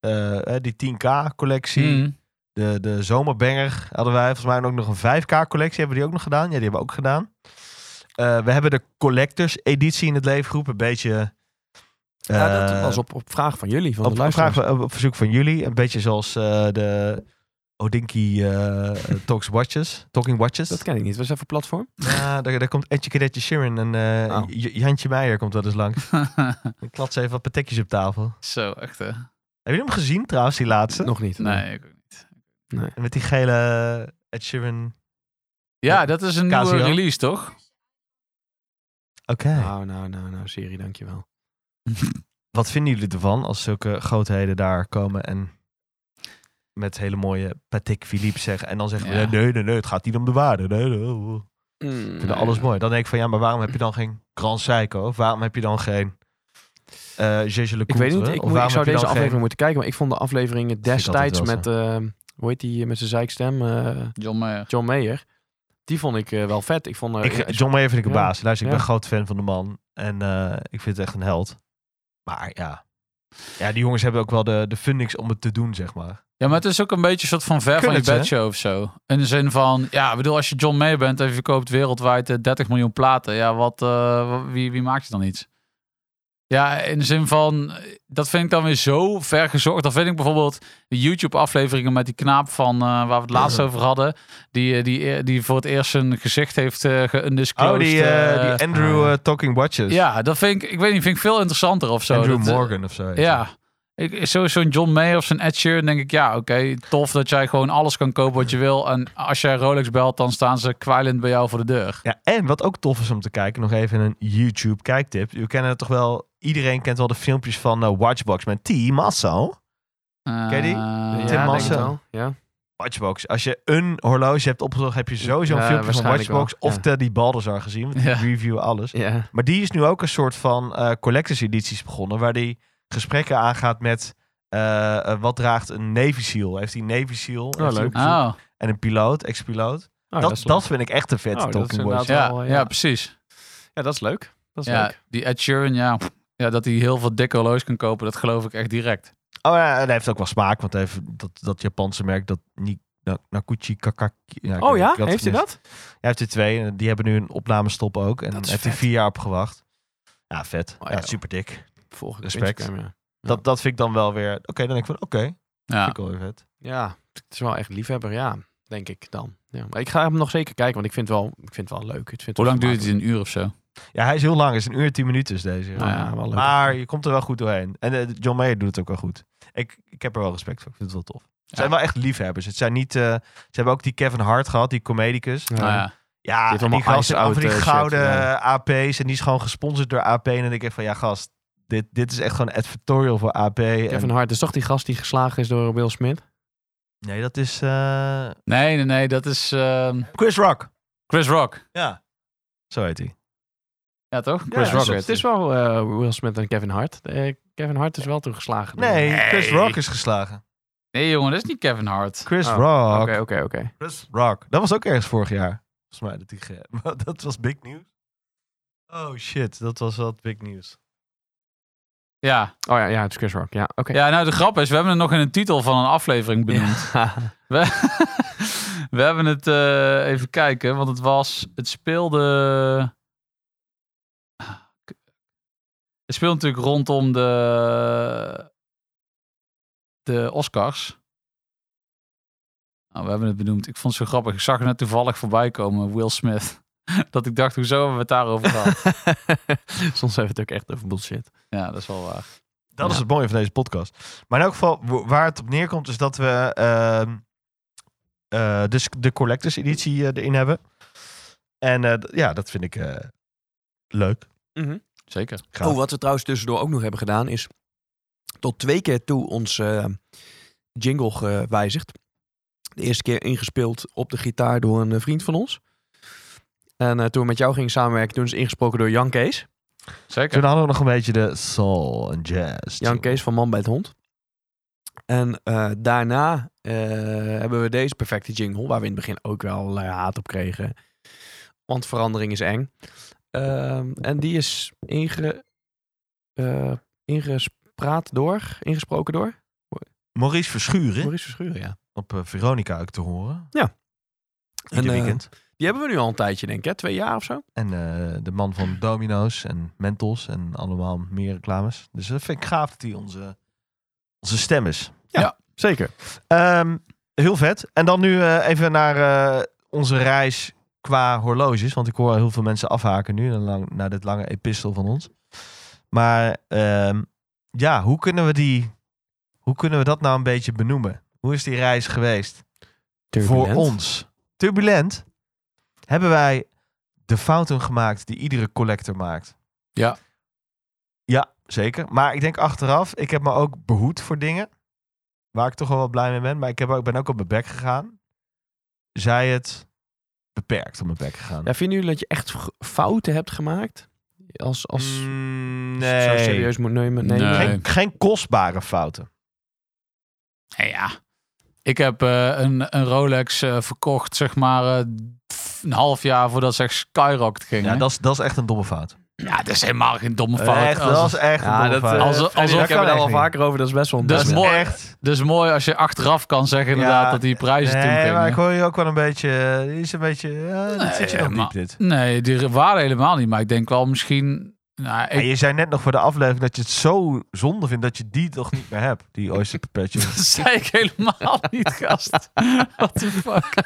eh, eh, die 10K collectie, Mm. de, de zomerbanger hadden wij. Volgens mij ook nog een 5K collectie hebben we die ook nog gedaan. Ja, die hebben we ook gedaan. Eh, we hebben de collectors editie in het leven geroepen. Een beetje... ja, dat eh, was op, op vraag van jullie, op, van de op luisteraars. vraag, op, op verzoek van jullie. Een beetje zoals eh, de Odinky eh, Talks Watches. Talking Watches. Dat ken ik niet. Was dat voor platform? Ja, daar, daar komt Edje Kadetje Sharon en eh, Oh. J- Jantje Meijer komt wel eens langs. Mm. Ik klats even wat patekjes op tafel. Zo, echt hè? Hebben jullie hem gezien trouwens, die laatste? Nog niet. Nee, ik ook niet. Met die gele Ed Sheeran. Ja, dat is een nieuwe Casio. release, toch? Oké. Nou, nou, nou, nou, Siri, dankjewel. Wat vinden jullie ervan als zulke grootheden daar komen en met hele mooie Patek Philippe zeggen en dan zeggen Ja. we nee, nee, nee, het gaat niet om de waarde. Nee, nee, nee. Mm, Ik vind alles mooi. Dan denk ik van ja, maar waarom heb je dan geen Grand Seiko? Of waarom heb je dan geen eh Jeje Le Ik weet niet, Coultre? ik, Of moet, ik waarom zou heb je dan deze aflevering geen- moeten kijken. Maar ik vond de afleveringen vind ik altijd destijds met, eh, hoe heet die, eh, met zijn zeikstem, eh, John Mayer. John Mayer. Die vond ik eh, wel vet. Ik vond, eh, Ik, John Mayer vind ik een Ja. baas. Luister, ik Ja. ben groot fan van de man. En eh, ik vind het echt een held. Maar ja. Ja, die jongens hebben ook wel de, de fundings om het te doen, zeg maar. Ja, maar het is ook een beetje een soort van ver van je Kunnen ze, hè? bed show of zo. In de zin van, ja, ik bedoel, als je John Mayer bent en je verkoopt wereldwijd eh, 30 miljoen platen, ja, wat, eh, w- wie, wie maakt je dan iets? Ja, in de zin van, eh, dat vind ik dan weer zo ver gezocht. Dan vind ik bijvoorbeeld de YouTube-afleveringen met die knaap van, eh, waar we het laatst over hadden, die, eh, die, eh, die voor het eerst zijn gezicht heeft eh geundisclosed. Oh, die, eh, eh, die Andrew eh, Talking Watches. Ja, dat vind ik, ik weet niet, vind ik veel interessanter of zo. Andrew Dat, eh, Morgan of zo. heet hij. Ja. Ik, zo, zo'n John Mayer of zo'n Ed Sheeran, denk ik, ja, oké, tof dat jij gewoon alles kan kopen wat je wil. En als jij Rolex belt, dan staan ze kwijlend bij jou voor de deur. Ja, en wat ook tof is om te kijken, nog even een YouTube kijktip. U kennen het toch wel, iedereen kent wel de filmpjes van eh, Watchbox met T. Masso. Ken je die? Eh, Ja, Tim denk Massa. het wel, Ja. Watchbox. Als je een horloge hebt opgezocht, heb je sowieso een Ja, filmpje van waarschijnlijk Watchbox wel, of ja. de, die Baldessar gezien. Want die Ja. reviewen alles. Oh, ja. Maar die is nu ook een soort van eh collectors edities begonnen, waar die gesprekken aangaat met eh, eh, wat draagt een Navy SEAL. Heeft hij een Navy SEAL? Heeft hij leuk. Ah. op bezoek? Oh, En een piloot, ex-piloot. Oh, dat, is dat, leuk. vind ik echt een vette Oh, dat is Talking inderdaad Watch. ja, wel, ja. ja. precies. ja, dat is leuk. Dat is Ja, leuk. die Ed Sheeran, ja, pff, ja, dat hij heel veel dikke horloges kan kopen, dat geloof ik echt direct. Oh ja, en hij heeft ook wel smaak, want hij heeft dat, dat Japanse merk, dat Ni- Na- Nakuchi Kakaki. ja, ik Oh weet ja, niet, ik had heeft hij het dat? Hij heeft er twee en die hebben nu een opnamestop ook. En Dat is heeft hij vet. vier jaar op gewacht. Ja, vet. Oh, ja, ja. super dik. Volg ik Respect. op Instagram, Ja. Dat, dat vind ik dan wel weer... Oké, dan denk ik van oké, Ja, vind ik wel weer vet. ja. ja, het is wel echt liefhebber, ja. Denk ik dan. Ja. Maar ik ga hem nog zeker kijken, want ik vind het wel, ik vind het wel leuk. Ik vind het hoe wel lang duurt het? Een uur of zo? Ja, hij is heel lang. Hij is een uur en tien minuten is deze. Nou ja, wel leuk. maar je komt er wel goed doorheen. En eh, John Mayer doet het ook wel goed. Ik, ik heb er wel respect voor. Ik vind het wel tof. Het zijn wel echt liefhebbers. Het zijn niet... eh, ze hebben ook die Kevin Hart gehad, die comedicus. Ja. Nou ja. Ja, heeft allemaal die gast ice heeft allemaal van die out, eh, gouden shit, ja. eh, AP's en die is gewoon gesponsord door AP. En dan denk ik van, ja gast, dit, dit is echt gewoon een advertorial voor AP. En, Kevin Hart is toch die gast die geslagen is door Will Smith? nee, dat is eh, Nee, nee, nee. Dat is ehm, Chris Rock. Chris Rock. Ja, zo heet hij. Ja, toch? Ja, Chris Chris Rock. Het is wel eh, Will Smith en Kevin Hart. Eh, Kevin Hart is wel toegeslagen. door- Nee, Chris Rock is geslagen. Nee, jongen, dat is niet Kevin Hart. Chris Oh, Rock. Oké, oké, oké. Chris Rock. Dat was ook ergens vorig jaar. Volgens mij dat hij ge- Maar dat was big news. Oh shit, dat was wat big news. Ja. Oh ja, ja, het is Chris Rock. Ja, oké. ja, nou de grap is, we hebben het nog in een titel van een aflevering benoemd. We, we hebben het eh, even kijken, want het was, het speelde. Het speelde natuurlijk rondom de de Oscars. Nou, we hebben het benoemd. Ik vond het zo grappig. Ik zag het net toevallig voorbij komen, Will Smith. Dat ik dacht, hoezo hebben we het daarover gehad? Soms heeft het ook echt over bullshit. ja, dat is wel waar. Dat is Ja. het mooie van deze podcast. Maar in elk geval, wo- waar het op neerkomt, is dat we ehm, eh, dus de collectors editie eh, erin hebben. En eh, d- ja, dat vind ik eh, leuk. Zeker. Gaaf. Mhm. Oh, wat we trouwens tussendoor ook nog hebben gedaan is tot twee keer toe ons eh, jingle gewijzigd. De eerste keer ingespeeld op de gitaar door een eh, vriend van ons. En eh, toen we met jou gingen samenwerken, toen is het ingesproken door Jan Kees. Zeker. Toen hadden we nog een beetje de soul en jazz. Jan Kees van Man bij het Hond. En eh, daarna eh, hebben we deze perfecte jingle, waar we in het begin ook wel eh, haat op kregen. Want verandering is eng. Ehm, en die is inge, eh, ingespraat door, ingesproken door Maurice Verschuren Maurice Verschuren, ja. op eh, Veronica ook te horen. Ja. Ieder En, eh, weekend. Die hebben we nu al een tijdje, denk ik, hè? twee jaar of zo. En eh, de man van Domino's en Mentos en allemaal meer reclames. Dus dat vind ik gaaf dat hij onze, onze stem is. Zeker. Ehm, heel vet. En dan nu eh, even naar eh, onze reis qua horloges. Want ik hoor heel veel mensen afhaken nu na, lang, na dit lange epistel van ons. Maar ehm, ja, hoe kunnen, we die, hoe kunnen we dat nou een beetje benoemen? Hoe is die reis geweest? voor ons. Turbulent hebben wij de fouten gemaakt die iedere collector maakt. Ja. Ja, zeker. Maar ik denk achteraf, ik heb me ook behoed voor dingen. Waar ik toch wel wat blij mee ben. Maar ik, heb ook, ik ben ook op mijn bek gegaan. Zij het beperkt op mijn bek gegaan. Ja, vinden jullie dat je echt g- fouten hebt gemaakt? Als, als als je Mm, het zo nee. serieus moet nemen? Nee. Nee. Geen, geen kostbare fouten. Nou ja, ik heb eh, een, een Rolex eh, verkocht, zeg maar, eh, pff, een half jaar voordat ze echt skyrocket ging. Ja, hè? dat is, dat is echt een domme fout. ja, dat is helemaal geen domme fout. Echt, Als- dat is echt een Ja, domme dat, fout. eh, Als- Freddy, alsof- daar dat hebben kan we het al echt vaker over, dat is best wel een Dat is best- mooi. Echt Dus mooi als je achteraf kan zeggen inderdaad Ja, dat die prijzen toen Nee, gingen. maar ik hoor je ook wel een beetje. Die is een beetje. eh, dit Nee, zit je nog maar- diep, dit. Nee, die waren helemaal niet. Maar ik denk wel misschien... Nou, En ik, je zei net nog voor de aflevering dat je het zo zonde vindt dat je die toch niet meer hebt. Die Oyster Perpetual. dat zei ik helemaal niet, gast. What the fuck?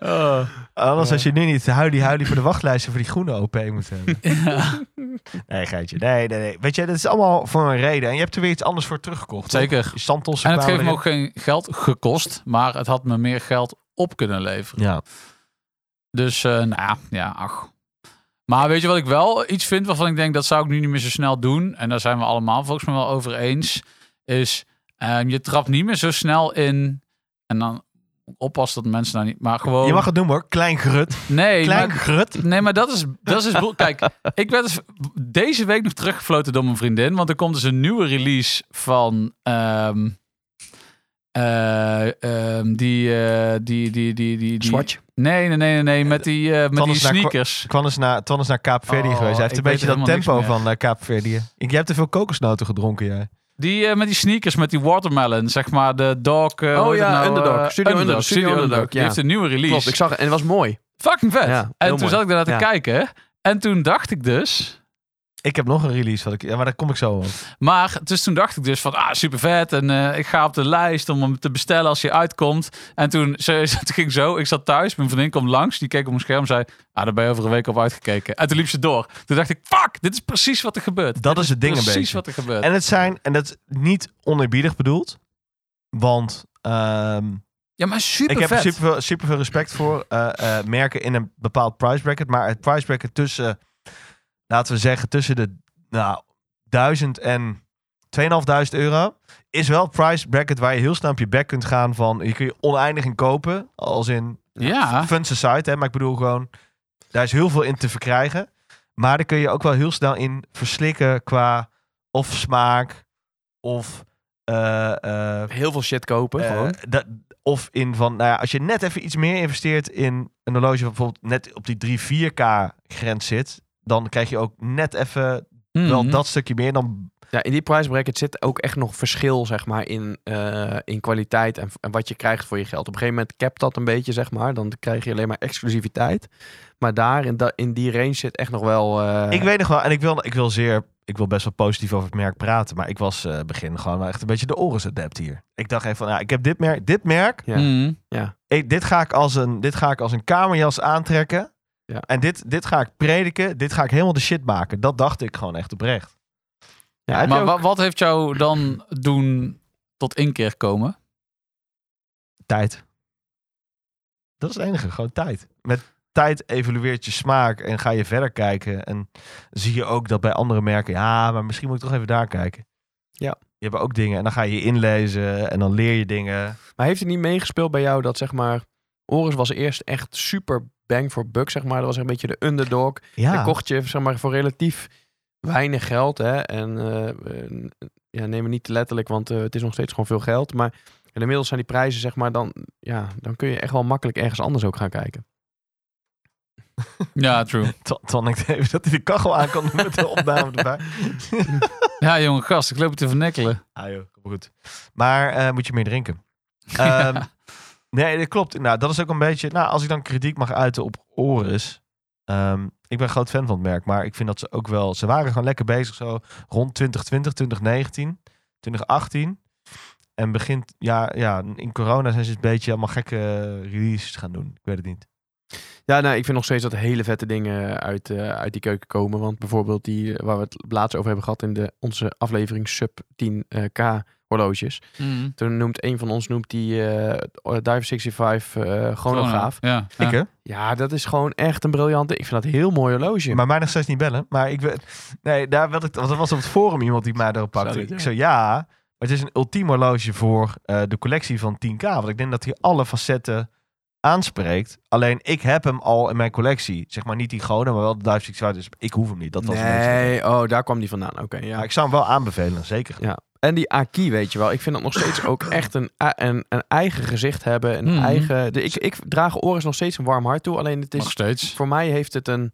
Oh. Anders als je nu niet huilie huilie voor de wachtlijsten voor die groene OP moet hebben. Ja, Nee, geitje. Nee, nee, nee. Weet je, dat is allemaal voor een reden. En je hebt er weer iets anders voor teruggekocht. toch? zeker. Die Santos. En het kwamen heeft me ook erin. geen geld gekost, maar het had me meer geld op kunnen leveren. Ja. Dus, eh, nou ja, ja, ach. Maar weet je wat ik wel iets vind waarvan ik denk dat zou ik nu niet meer zo snel doen? En daar zijn we allemaal volgens mij wel over eens. Is ehm, je trapt niet meer zo snel in. En dan oppassen dat mensen daar niet. Maar gewoon. Je mag het doen hoor. Klein grut. nee, Klein maar, grut. nee, maar dat is. Dat is boel- Kijk, ik werd dus deze week nog teruggefloten door mijn vriendin. Want er komt dus een nieuwe release van. ehm, eh, ehm, die, eh, die, die, die, die, die. Swatch. Nee, nee, nee, nee, nee. Met die, eh, met die Tanders naar kwa- sneakers. Twan is naar, Twan is naar Kaapverdië Oh, geweest. Hij heeft ik een weet beetje er dat helemaal tempo niks meer. van eh, Kaapverdië. Ik- Je hebt te veel kokosnoten gedronken, jij. Die eh, met die sneakers, met die watermelon, zeg maar de dog. eh, Oh hoe heet ja, het nou, Underdog. eh, Studio Studio Underdog, Studio Underdog. Underdog, Die ja. heeft een nieuwe release. Klopt, ik zag het en het was mooi. Fucking vet. Ja, heel en toen mooi. zat ik daarna te Ja. kijken en toen dacht ik dus, Ik heb nog een release, wat ik, ja, maar daar kom ik zo op. maar dus toen dacht ik dus van ah super vet en eh, ik ga op de lijst om hem te bestellen als hij uitkomt. En toen, serieus, het ging zo, ik zat thuis, mijn vriendin komt langs, die keek op mijn scherm, zei ah daar ben je over een week op uitgekeken. En toen liep ze door. Toen dacht ik fuck, dit is precies wat er gebeurt. Dat is het ding een precies beetje. wat er gebeurt. En het zijn, en dat is niet oneerbiedig bedoeld, want ehm, Ja, maar super Ik heb er vet. superveel, superveel respect voor eh, eh, merken in een bepaald price bracket. Maar het price bracket tussen, laten we zeggen, tussen de nou, 1000 en 2500 euro is wel het price bracket waar je heel snel op je bek kunt gaan van je kun je oneindig in kopen als in Ja. fun society hè, maar ik bedoel gewoon daar is heel veel in te verkrijgen maar daar kun je ook wel heel snel in verslikken qua of smaak of eh, eh, Heel veel shit kopen. eh, gewoon. dat, of in van, nou ja, als je net even iets meer investeert in een horloge wat bijvoorbeeld net op die 3-4K grens zit, dan krijg je ook net even wel Mhm. dat stukje meer. Dan, Ja, in die price bracket zit ook echt nog verschil, zeg maar, in, eh, in kwaliteit en, en wat je krijgt voor je geld. Op een gegeven moment capt dat een beetje, zeg maar. Dan krijg je alleen maar exclusiviteit. Maar daar, in, da- in die range zit echt nog wel... eh, ik weet nog wel, en ik wil, ik wil zeer, ik wil best wel positief over het merk praten, maar ik was eh, begin gewoon wel echt een beetje de Oris adept hier. Ik dacht even van, ja, ik heb dit merk, dit merk, Ja. Mhm. ik, dit, ga ik als een, dit ga ik als een kamerjas aantrekken. Ja. En dit, dit ga ik prediken, dit ga ik helemaal de shit maken. Dat dacht ik gewoon echt oprecht. Ja, heb je Maar ook- wa- wat heeft jou dan doen tot inkeer komen? Tijd. Dat is het enige, gewoon tijd. Met tijd evalueert je smaak en ga je verder kijken. En zie je ook dat bij andere merken, ja, maar misschien moet ik toch even daar kijken. Ja. Je hebt ook dingen en dan ga je je inlezen en dan leer je dingen. Maar heeft het niet meegespeeld bij jou dat, zeg maar... Oris was eerst echt super bang for buck, zeg maar. Dat was een beetje de underdog. Ja, Dan kocht je zeg maar, voor relatief weinig geld. Hè? En eh, eh, ja, neem het niet te letterlijk, want eh, het is nog steeds gewoon veel geld. Maar en inmiddels zijn die prijzen, zeg maar, dan, ja, dan kun je echt wel makkelijk ergens anders ook gaan kijken. Ja, true. Ton ik even dat hij de kachel aan kan doen met de opname erbij. Ja, jongen, gast, ik loop je te vernekkelen. Ah joh, kom goed. Maar eh, moet je meer drinken? Ehm, Nee, dat klopt. Nou, dat is ook een beetje... Nou, als ik dan kritiek mag uiten op Oris... ehm, ik ben groot fan van het merk, maar ik vind dat ze ook wel... Ze waren gewoon lekker bezig zo rond 2020, 2019, 2018. En begint... Ja, ja in corona zijn ze een beetje allemaal gekke eh, releases gaan doen. Ik weet het niet. Ja, nou, ik vind nog steeds dat hele vette dingen uit, eh, uit die keuken komen. Want bijvoorbeeld die eh, waar we het laatst over hebben gehad in de, onze aflevering sub 10k horloges. Toen noemt een van ons noemt die eh Diver 65 eh chronograaf. Ja. ja. eh, Ik, hè? Ja, dat is gewoon echt een briljante. Ik vind dat een heel mooi horloge. Maar mij nog steeds niet bellen. Maar ik wil- nee, daar wilde ik, want er was op het forum iemand die mij erop pakte. Zou dit, Ik zei ja, maar het is een ultiem horloge voor eh, de collectie van 10k. Want ik denk dat hij alle facetten aanspreekt. Alleen ik heb hem al in mijn collectie. Zeg maar niet die gouden, maar wel de Duitse X-Wide. Dus ik hoef hem niet. Dat was een beetje- nee, oh, daar kwam die vandaan. Oké, Maar ja. ik zou hem wel aanbevelen, zeker. En die Aki, weet je wel. Ik vind dat nog steeds ook echt een, a- een, een eigen gezicht hebben. Een Mhm. eigen, de, ik, ik draag Oris nog steeds een warm hart toe. Alleen het Nog is, steeds. voor mij heeft het een,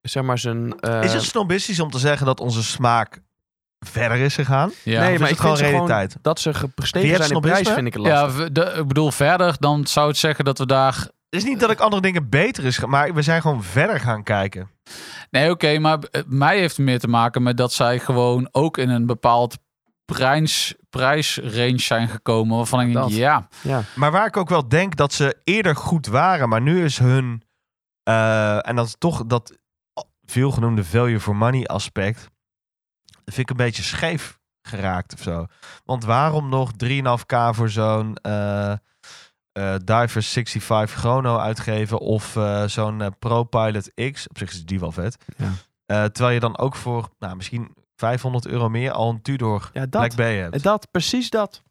zeg maar zijn... eh, is het snobistisch om te zeggen dat onze smaak verder is gegaan? Ja. nee, is het maar ik vind gewoon ze gewoon realiteit? dat ze Wie gestegen heeft zijn in prijs, snobisme? vind ik lastig. ja, we- de- ik bedoel, verder dan zou het zeggen dat we daar... Het is niet dat ik andere dingen beter is, ge- maar we zijn gewoon verder gaan kijken. Nee, oké, maar eh, mij heeft het meer te maken met dat zij gewoon ook in een bepaald prijs, prijsrange zijn gekomen. Waarvan ik denk, Dat. ja, Maar waar ik ook wel denk dat ze eerder goed waren, maar nu is hun. eh, en dat is toch dat veelgenoemde value for money aspect. vind ik een beetje scheef geraakt of zo. Want waarom nog 3,5k voor zo'n eh eh, Diver 65 Chrono uitgeven of eh, zo'n eh, ProPilot X? Op zich is die wel vet. Ja. Eh, terwijl je dan ook voor nou, misschien 500 euro meer al een Tudor Ja, Black dat, Bay hebt. dat, precies dat.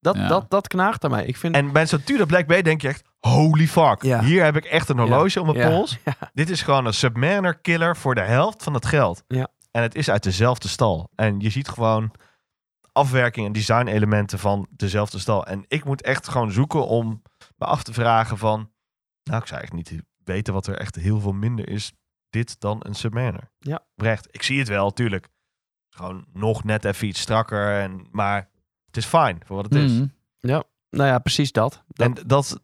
Dat, Ja. dat, dat knaagt aan mij. Ik vind... En bij zo'n Tudor Black Bay denk je echt, holy fuck. Ja. Hier heb ik echt een horloge om mijn Ja. pols. Dit is gewoon een Submariner killer voor de helft van het geld. Ja. En het is uit dezelfde stal. En je ziet gewoon afwerking en design elementen van dezelfde stal. En ik moet echt gewoon zoeken om me af te vragen van... Nou, ik zou eigenlijk niet weten wat er echt heel veel minder is dit dan een Submariner. Ja. Brecht, ik zie het wel, tuurlijk. Gewoon nog net even iets strakker. En, maar het is fijn voor wat het is. mm, Nou ja, precies dat. dat En dat,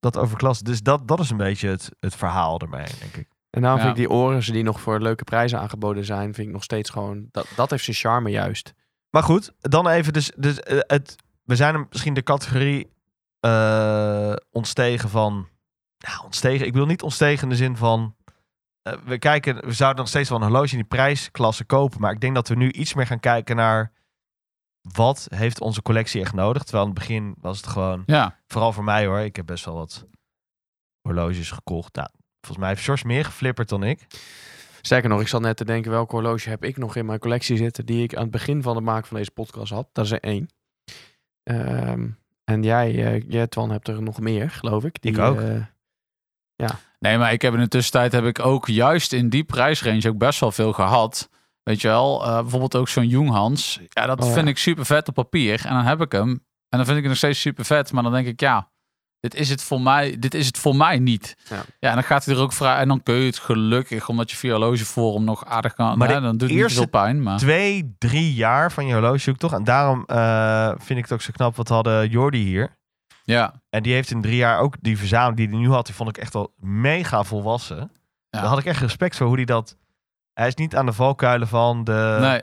dat overklast. Dus dat, dat is een beetje het, het verhaal ermee, denk ik. En daarom Ja. vind ik die oren die nog voor leuke prijzen aangeboden zijn, vind ik nog steeds gewoon. Dat, dat heeft zijn charme juist. Maar goed, dan even. Dus, dus eh, het, we zijn hem misschien de categorie eh, ontstegen van. Nou, ontstegen. Ik wil niet ontstegen in de zin van. eh, we, kijken, we zouden nog steeds wel een horloge in die prijsklasse kopen. Maar ik denk dat we nu iets meer gaan kijken naar. wat heeft onze collectie echt nodig? Terwijl aan het begin was het gewoon, Ja, vooral voor mij hoor, ik heb best wel wat horloges gekocht. Nou, volgens mij heeft George meer geflipperd dan ik. Sterker nog, ik zat net te denken welk horloge heb ik nog in mijn collectie zitten die ik aan het begin van het maken van deze podcast had. Dat is er één. Ehm, en jij, eh, jij, Twan, hebt er nog meer, geloof ik. Die, Ik ook. eh, nee, maar ik heb in de tussentijd heb ik ook juist in die prijsrange ook best wel veel gehad. Weet je wel, eh, bijvoorbeeld ook zo'n Junghans. Ja, dat Oh, ja. vind ik super vet op papier. En dan heb ik hem. En dan vind ik het nog steeds super vet. Maar dan denk ik, ja, dit is het voor mij, dit is het voor mij niet. Ja. Ja, en dan gaat hij er ook vrij. En dan kun je het gelukkig, omdat je via horloge forum nog aardig kan. Maar Maar de dan doet het niet eerste veel pijn. Maar... twee, drie jaar van je horlogezoek toch? En daarom eh, vind ik het ook zo knap wat hadden Jordi hier. Ja, En die heeft in drie jaar ook die verzameling die hij nu had, die vond ik echt al mega volwassen. Ja. Daar had ik echt respect voor hoe hij dat... Hij is niet aan de valkuilen van de nee.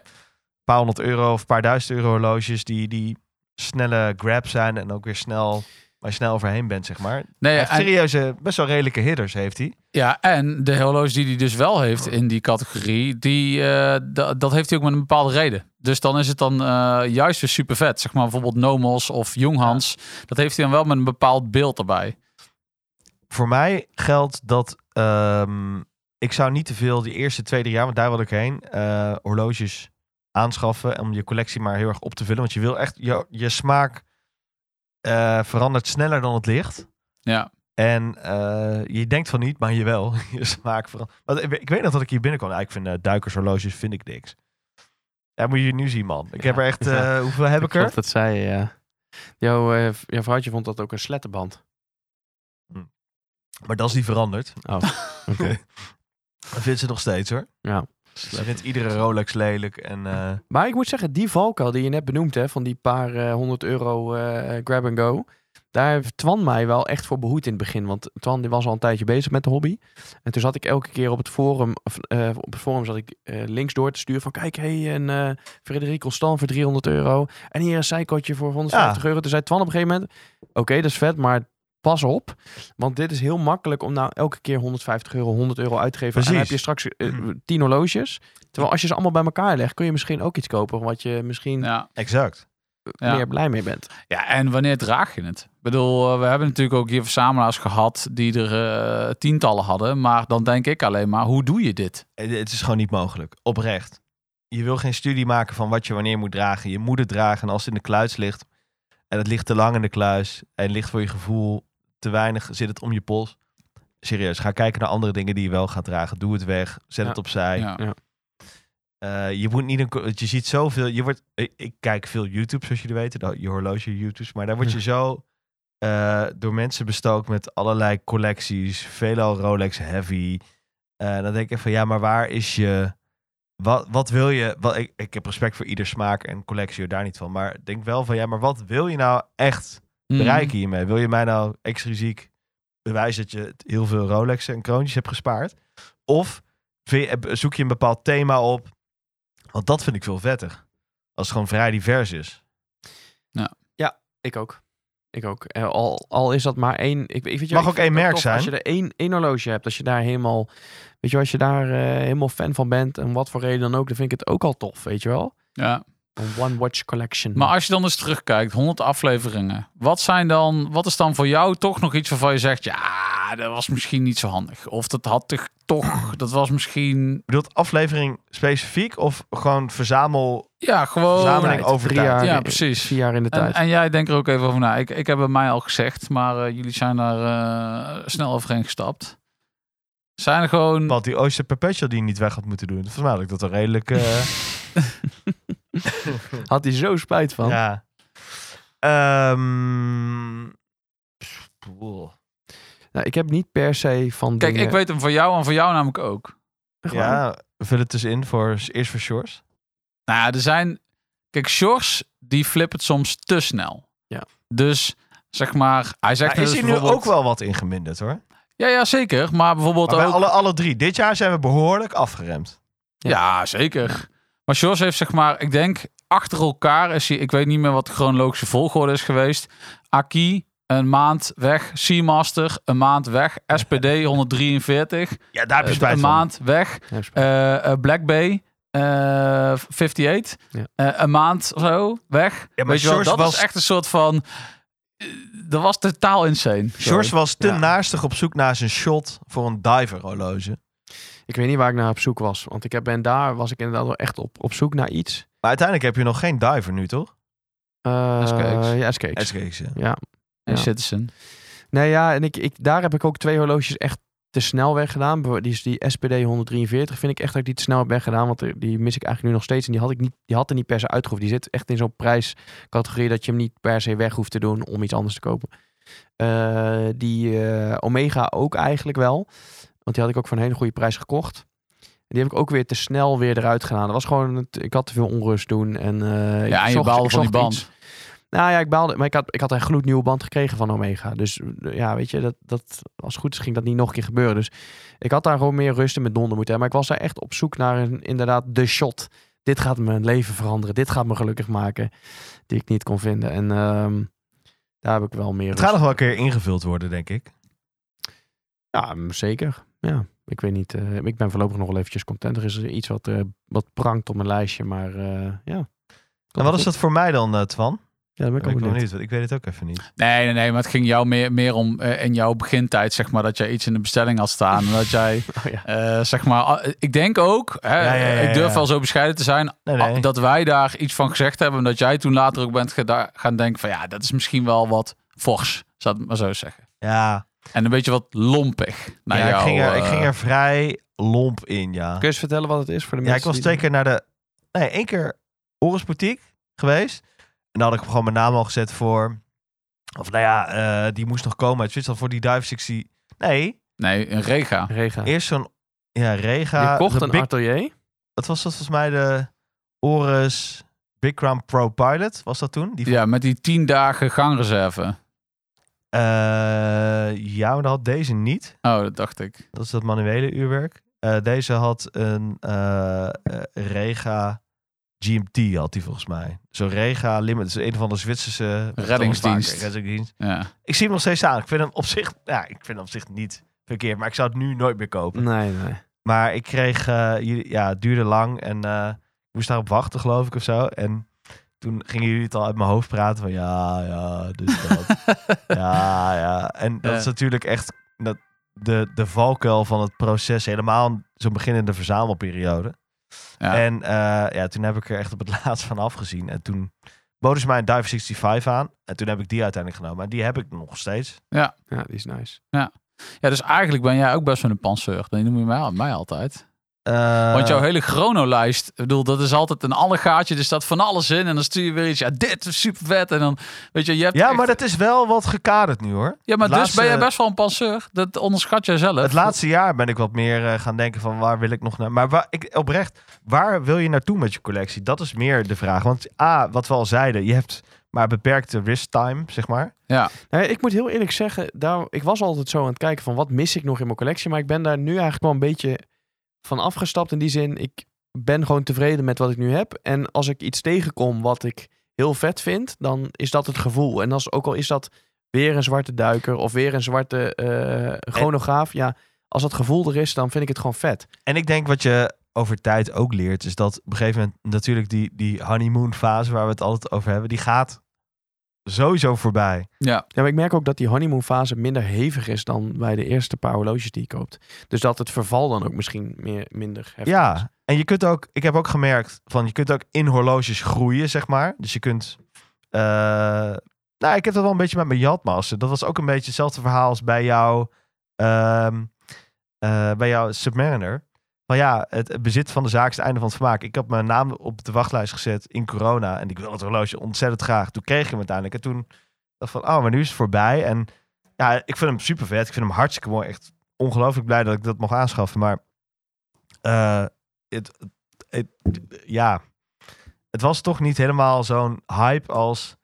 paar honderd euro of paar duizend euro horloges die, die snelle grab zijn en ook weer snel, waar je snel overheen bent, zeg maar. nee Hij en- heeft serieuze, best wel redelijke hitters heeft hij. Ja, en de horloge die hij dus wel heeft in die categorie, die, eh, da- dat heeft hij ook met een bepaalde reden. Dus dan is het dan eh, juist weer super vet. Zeg maar bijvoorbeeld Nomos of Jonghans. Dat heeft hij dan wel met een bepaald beeld erbij. Voor mij geldt dat ehm, ik zou niet te veel die eerste twee, drie jaar, want daar wil ik heen, eh, horloges aanschaffen om je collectie maar heel erg op te vullen. Want je wil echt, je, je smaak eh, verandert sneller dan het licht. Ja. En eh, je denkt van niet, maar je wel. je smaak verandert. Want ik, ik weet nog dat ik hier binnenkwam. Nou, ik vind eh, duikershorloges vind ik niks. Dat moet je nu zien, man. Ik heb er echt, eh, Ja. hoeveel heb ik er? geloof dat zij, ja. jouw, eh, v- jouw vrouwtje vond dat ook een slettenband. Maar dat is niet veranderd. Oh, Oké. Dat vindt ze nog steeds hoor. Ja. Ze Dus vindt iedere Rolex lelijk. En, eh, Maar ik moet zeggen, die valkuil die je net benoemd hè, van die paar eh, honderd euro eh, grab and go. Daar heeft Twan mij wel echt voor behoed in het begin. Want Twan die was al een tijdje bezig met de hobby. En toen zat ik elke keer op het forum, of, eh, op het forum zat ik eh, links door te sturen van kijk, hé, hey, een eh Frederic Constant voor 300 euro. En hier een zijkotje voor 150 euro. Toen zei Twan op een gegeven moment, oké, dat is vet, maar pas op. Want dit is heel makkelijk om nou elke keer 150 euro, 100 euro uit te geven. En dan Precies. heb je straks eh, 10 horloges. Terwijl als je ze allemaal bij elkaar legt, kun je misschien ook iets kopen wat je misschien Ja, exact. ja. meer blij mee bent. ja, en wanneer draag je het? Ik bedoel, eh, we hebben natuurlijk ook hier verzamelaars gehad die er eh, tientallen hadden. Maar dan denk ik alleen maar, hoe doe je dit? Eh, Het is gewoon niet mogelijk. Oprecht. Je wil geen studie maken van wat je wanneer moet dragen. Je moet het dragen. En als het in de kluis ligt. En het ligt te lang in de kluis. En het ligt voor je gevoel te weinig. Zit het om je pols. Serieus. Ga kijken naar andere dingen die je wel gaat dragen. Doe het weg. Zet Ja. het opzij. Ja. Eh, je moet niet een. co- want Je ziet zoveel. Je wordt, ik, ik kijk veel YouTube, zoals jullie weten. nou, Je horloge YouTube's. Maar daar word je zo eh, door mensen bestookt met allerlei collecties. Veelal Rolex Heavy. Eh, dan denk ik van ja, maar waar is je. Wat, wat wil je. Wat, ik, ik heb respect voor ieder smaak en collectie, hoor, daar niet van. Maar ik denk wel van ja, maar wat wil je nou echt Mm. Mhm. bereiken hiermee? Wil je mij nou extrinsiek bewijzen dat je heel veel Rolexen en kroontjes hebt gespaard? Of vind je- heb- zoek je een bepaald thema op? Want dat vind ik veel vetter. Als het gewoon vrij divers is. Ik ook. Ik ook. Eh, Al, al is dat maar één. Ik, ik weet je, Mag ik ook vind één het merk tof zijn. Als je er één, één horloge hebt, als je daar helemaal. Weet je, als je daar eh, helemaal fan van bent en wat voor reden dan ook, dan vind ik het ook al tof, weet je wel? Ja. Een one-watch collection. Maar als je dan eens terugkijkt, 100 afleveringen. Wat, zijn dan, wat is dan voor jou toch nog iets waarvan je zegt... ja, dat was misschien niet zo handig. Of dat had toch- toch... dat was misschien... Bedoelt aflevering specifiek of gewoon verzamel Ja, gewoon... Verzameling Tijd. over Drie tijd. jaar, Ja, in- precies. Vier jaar in de En, tijd. en jij denkt er ook even over na. Ik, ik heb het mij al gezegd, maar eh, jullie zijn daar eh, snel overheen gestapt. Zijn er gewoon... wat die Oyster Perpetual die je niet weg had moeten doen. Volgens mij had ik dat al redelijk... eh, Had hij zo spijt van. ja. Ehm, pff, poeh. Nou, ik heb niet per se van. Kijk, dingen- ik weet hem van jou en van jou namelijk ook. Echt waar? ja, vul het dus in voor eerst voor Shores. Nou ja, er zijn... Kijk, Sjors, die flippert soms te snel. Ja. Dus... Zeg maar, hij zegt Nou, is dus hier nu bijvoorbeeld- ook wel wat ingeminderd hoor. Ja, ja, zeker. Maar bijvoorbeeld Maar bij ook... alle, alle drie. Dit jaar zijn we behoorlijk afgeremd. Ja, zeker. Maar Sjors heeft zeg maar, ik denk, achter elkaar is hij... Ik weet niet meer wat de chronologische volgorde is geweest. Aki, een maand weg. Seamaster, een maand weg. SPD, 143. Ja, daar heb je eh, spijt een van. maand weg. Ja, spijt. Eh, eh, Black Bay, eh, 58. Ja. eh, een maand of zo weg. maar Weet je wel, George dat was- was echt een soort van... eh, Dat was totaal insane. George was te Ja. naastig op zoek naar zijn shot voor een diver horloge. Ik weet niet waar ik naar op zoek was. Want ik heb- ben daar, was ik inderdaad wel echt op, op zoek naar iets. Maar uiteindelijk heb je nog geen diver nu, toch? Eh, S-cakes. Ja, S-cakes. SKX, ja. Ja. En Ja. Citizen. Nee, ja, en ik, ik, daar heb ik ook twee horloges echt te snel weggedaan. Bijvoorbeeld Die, is die SPD 143 vind ik echt dat ik die te snel heb weggedaan. Want die- die mis ik eigenlijk nu nog steeds. En die had, ik niet, die had er niet per se uitgehoefd. Die zit echt in zo'n prijscategorie dat je hem niet per se weg hoeft te doen om iets anders te kopen. Eh, die eh, Omega ook eigenlijk wel. Want die had ik ook voor een hele goede prijs gekocht. En die heb ik ook weer te snel weer eruit gedaan. Dat was gewoon, het- ik had te veel onrust toen. En, eh, ik Ja, en je zocht- baalde ik van die zocht band. iets. Nou ja, ik baalde. Maar ik had, ik had een gloednieuwe band gekregen van Omega. Dus eh, ja, weet je, dat, dat, als het goed is ging dat niet nog een keer gebeuren. Dus ik had daar gewoon meer rust in met donder moeten hebben. Maar ik was daar echt op zoek naar een, inderdaad de shot. Dit gaat mijn leven veranderen. Dit gaat me gelukkig maken. Die ik niet kon vinden. En ehm, daar heb ik wel meer Het rust gaat nog wel een keer ingevuld worden, denk ik. ja, mm, zeker. Ja, ik weet niet. eh, ik ben voorlopig nog wel eventjes content. Er is iets wat, eh, wat prangt op mijn lijstje, maar eh, ja. En wat is dat voor mij dan, eh, Twan? Ja, dat ben Ik ik ben ook ik wel benieuwd. benieuwd, want ik weet het ook even niet. Nee, nee, nee. Maar het ging jou meer, meer om eh, in jouw begintijd, zeg maar, dat jij iets in de bestelling had staan. en dat jij, Oh, ja. eh, zeg maar, ah, ik denk ook, hè, Ja, ja, ja, ik durf ja. wel zo bescheiden te zijn, Nee, nee. ah, dat wij daar iets van gezegd hebben. En dat jij toen later ook bent geda- gaan denken van, ja, dat is misschien wel wat fors, zou ik het maar zo zeggen. Ja, En een beetje wat lompig. Naar ja jou, ik, ging er, ik eh, ging er vrij lomp in, ja. Kun je eens vertellen wat het is voor de Ja, mensen? ik was die- twee keer naar de... Nee, één keer Horus Boutique geweest. En daar had ik gewoon mijn naam al gezet voor... Of nou ja, eh, die moest nog komen uit Zwitserland voor die Dive 60... Nee, Nee, een rega. Rega. eerst zo'n... Ja, Rega. Je kocht de een Big- atelier. Wat was dat volgens mij? De Horus Big Crown Pro Pilot was dat toen? Die Ja, met die tien dagen gangreserve. Eh, ja, maar dat had deze niet. Oh, dat dacht ik. Dat is dat manuele uurwerk. Eh, deze had een eh, eh, Rega GMT, had die volgens mij. Zo'n Rega Limit. Dat is een van de Zwitserse Reddingsdienst. reddingsdienst. Ja. Ik zie hem nog steeds staan. Ik vind hem op zich, ja, ik vind hem op zich niet verkeerd. Maar ik zou het nu nooit meer kopen. Nee, nee. Maar ik kreeg, eh, jullie, ja, het duurde lang en eh, ik moest daarop wachten, geloof ik, of zo. En toen gingen jullie het al uit mijn hoofd praten van ja, ja, dus dat. ja, ja. En dat Ja. is natuurlijk echt dat, de, de valkuil van het proces, helemaal zo'n beginnende verzamelperiode. Ja. En eh, ja, toen heb ik er echt op het laatst van afgezien. En toen boden ze mij een Dive 65 aan. En toen heb ik die uiteindelijk genomen. En die heb ik nog steeds. Ja, die is nice. ja, dus eigenlijk ben jij ook best wel een panseur. Dat noem je mij, mij altijd. Eh, Want jouw hele chronolijst, ik bedoel, dat is altijd een allegaatje. Er staat van alles in en dan stuur je weer iets. Ja, dit is super vet. En dan, weet je, je hebt ja, echt- maar dat is wel wat gekaderd nu hoor. ja, maar het dus ben jij laatste- best wel een passeur. Dat onderschat jij zelf. Het laatste jaar ben ik wat meer eh, gaan denken van waar wil ik nog naar. Maar waar, ik, oprecht, waar wil je naartoe met je collectie? Dat is meer de vraag. Want A, wat we al zeiden, je hebt maar beperkte wrist time, zeg maar. Nou, ja, ik moet heel eerlijk zeggen, daar, ik was altijd zo aan het kijken van wat mis ik nog in mijn collectie. Maar ik ben daar nu eigenlijk wel een beetje van afgestapt. In die zin, ik ben gewoon tevreden met wat ik nu heb. En als ik iets tegenkom wat ik heel vet vind, dan is dat het gevoel. En als, ook al is dat weer een zwarte duiker of weer een zwarte eh chronograaf. Ja, als dat gevoel er is, dan vind ik het gewoon vet. En ik denk wat je over tijd ook leert, is dat op een gegeven moment natuurlijk die, die honeymoon fase waar we het altijd over hebben, die gaat sowieso voorbij. Ja, Ja, maar ik merk ook dat die honeymoon fase minder hevig is dan bij de eerste paar horloges die je koopt. Dus dat het verval dan ook misschien meer, minder heftig is. Ja, en je kunt ook, ik heb ook gemerkt van je kunt ook in horloges groeien, zeg maar. Dus je kunt. eh, nou, ik heb dat wel een beetje met mijn Jatmaster. Dat was ook een beetje hetzelfde verhaal als bij jou. ehm, eh, bij jouw Submariner. Van ja, het het bezit van de zaak is het einde van het vermaak. Ik had mijn naam op de wachtlijst gezet in corona. En ik wilde het horloge ontzettend graag. Toen kreeg je hem uiteindelijk. En toen dacht ik van, oh, maar nu is het voorbij. En ja, ik vind hem super vet. Ik vind hem hartstikke mooi. Echt ongelooflijk blij dat ik dat mocht aanschaffen. Maar eh, het, het- het- ja, het was toch niet helemaal zo'n hype als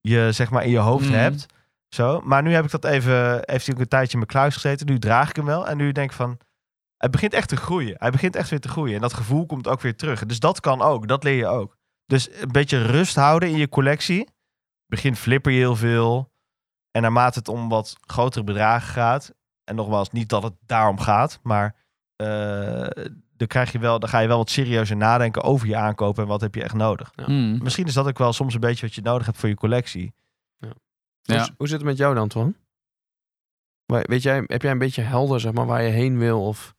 je zeg maar in je hoofd Mhm. hebt. Zo. Maar nu heb ik dat even, heeft hij ook een tijdje in mijn kluis gezeten. Nu draag ik hem wel. En nu denk ik van, het begint echt te groeien. Hij begint echt weer te groeien. En dat gevoel komt ook weer terug. Dus dat kan ook. Dat leer je ook. Dus een beetje rust houden in je collectie. Begin flipper je heel veel. En naarmate het om wat grotere bedragen gaat. En nogmaals, niet dat het daarom gaat. Maar eh, dan, krijg je wel, dan ga je wel wat serieuzer nadenken over je aankopen en wat heb je echt nodig. Ja. Mm. Misschien is dat ook wel soms een beetje wat je nodig hebt voor je collectie. Ja. Hoe, hoe zit het met jou dan, Twan? Waar- Weet jij, heb jij een beetje helder, zeg maar, waar je heen wil? Of,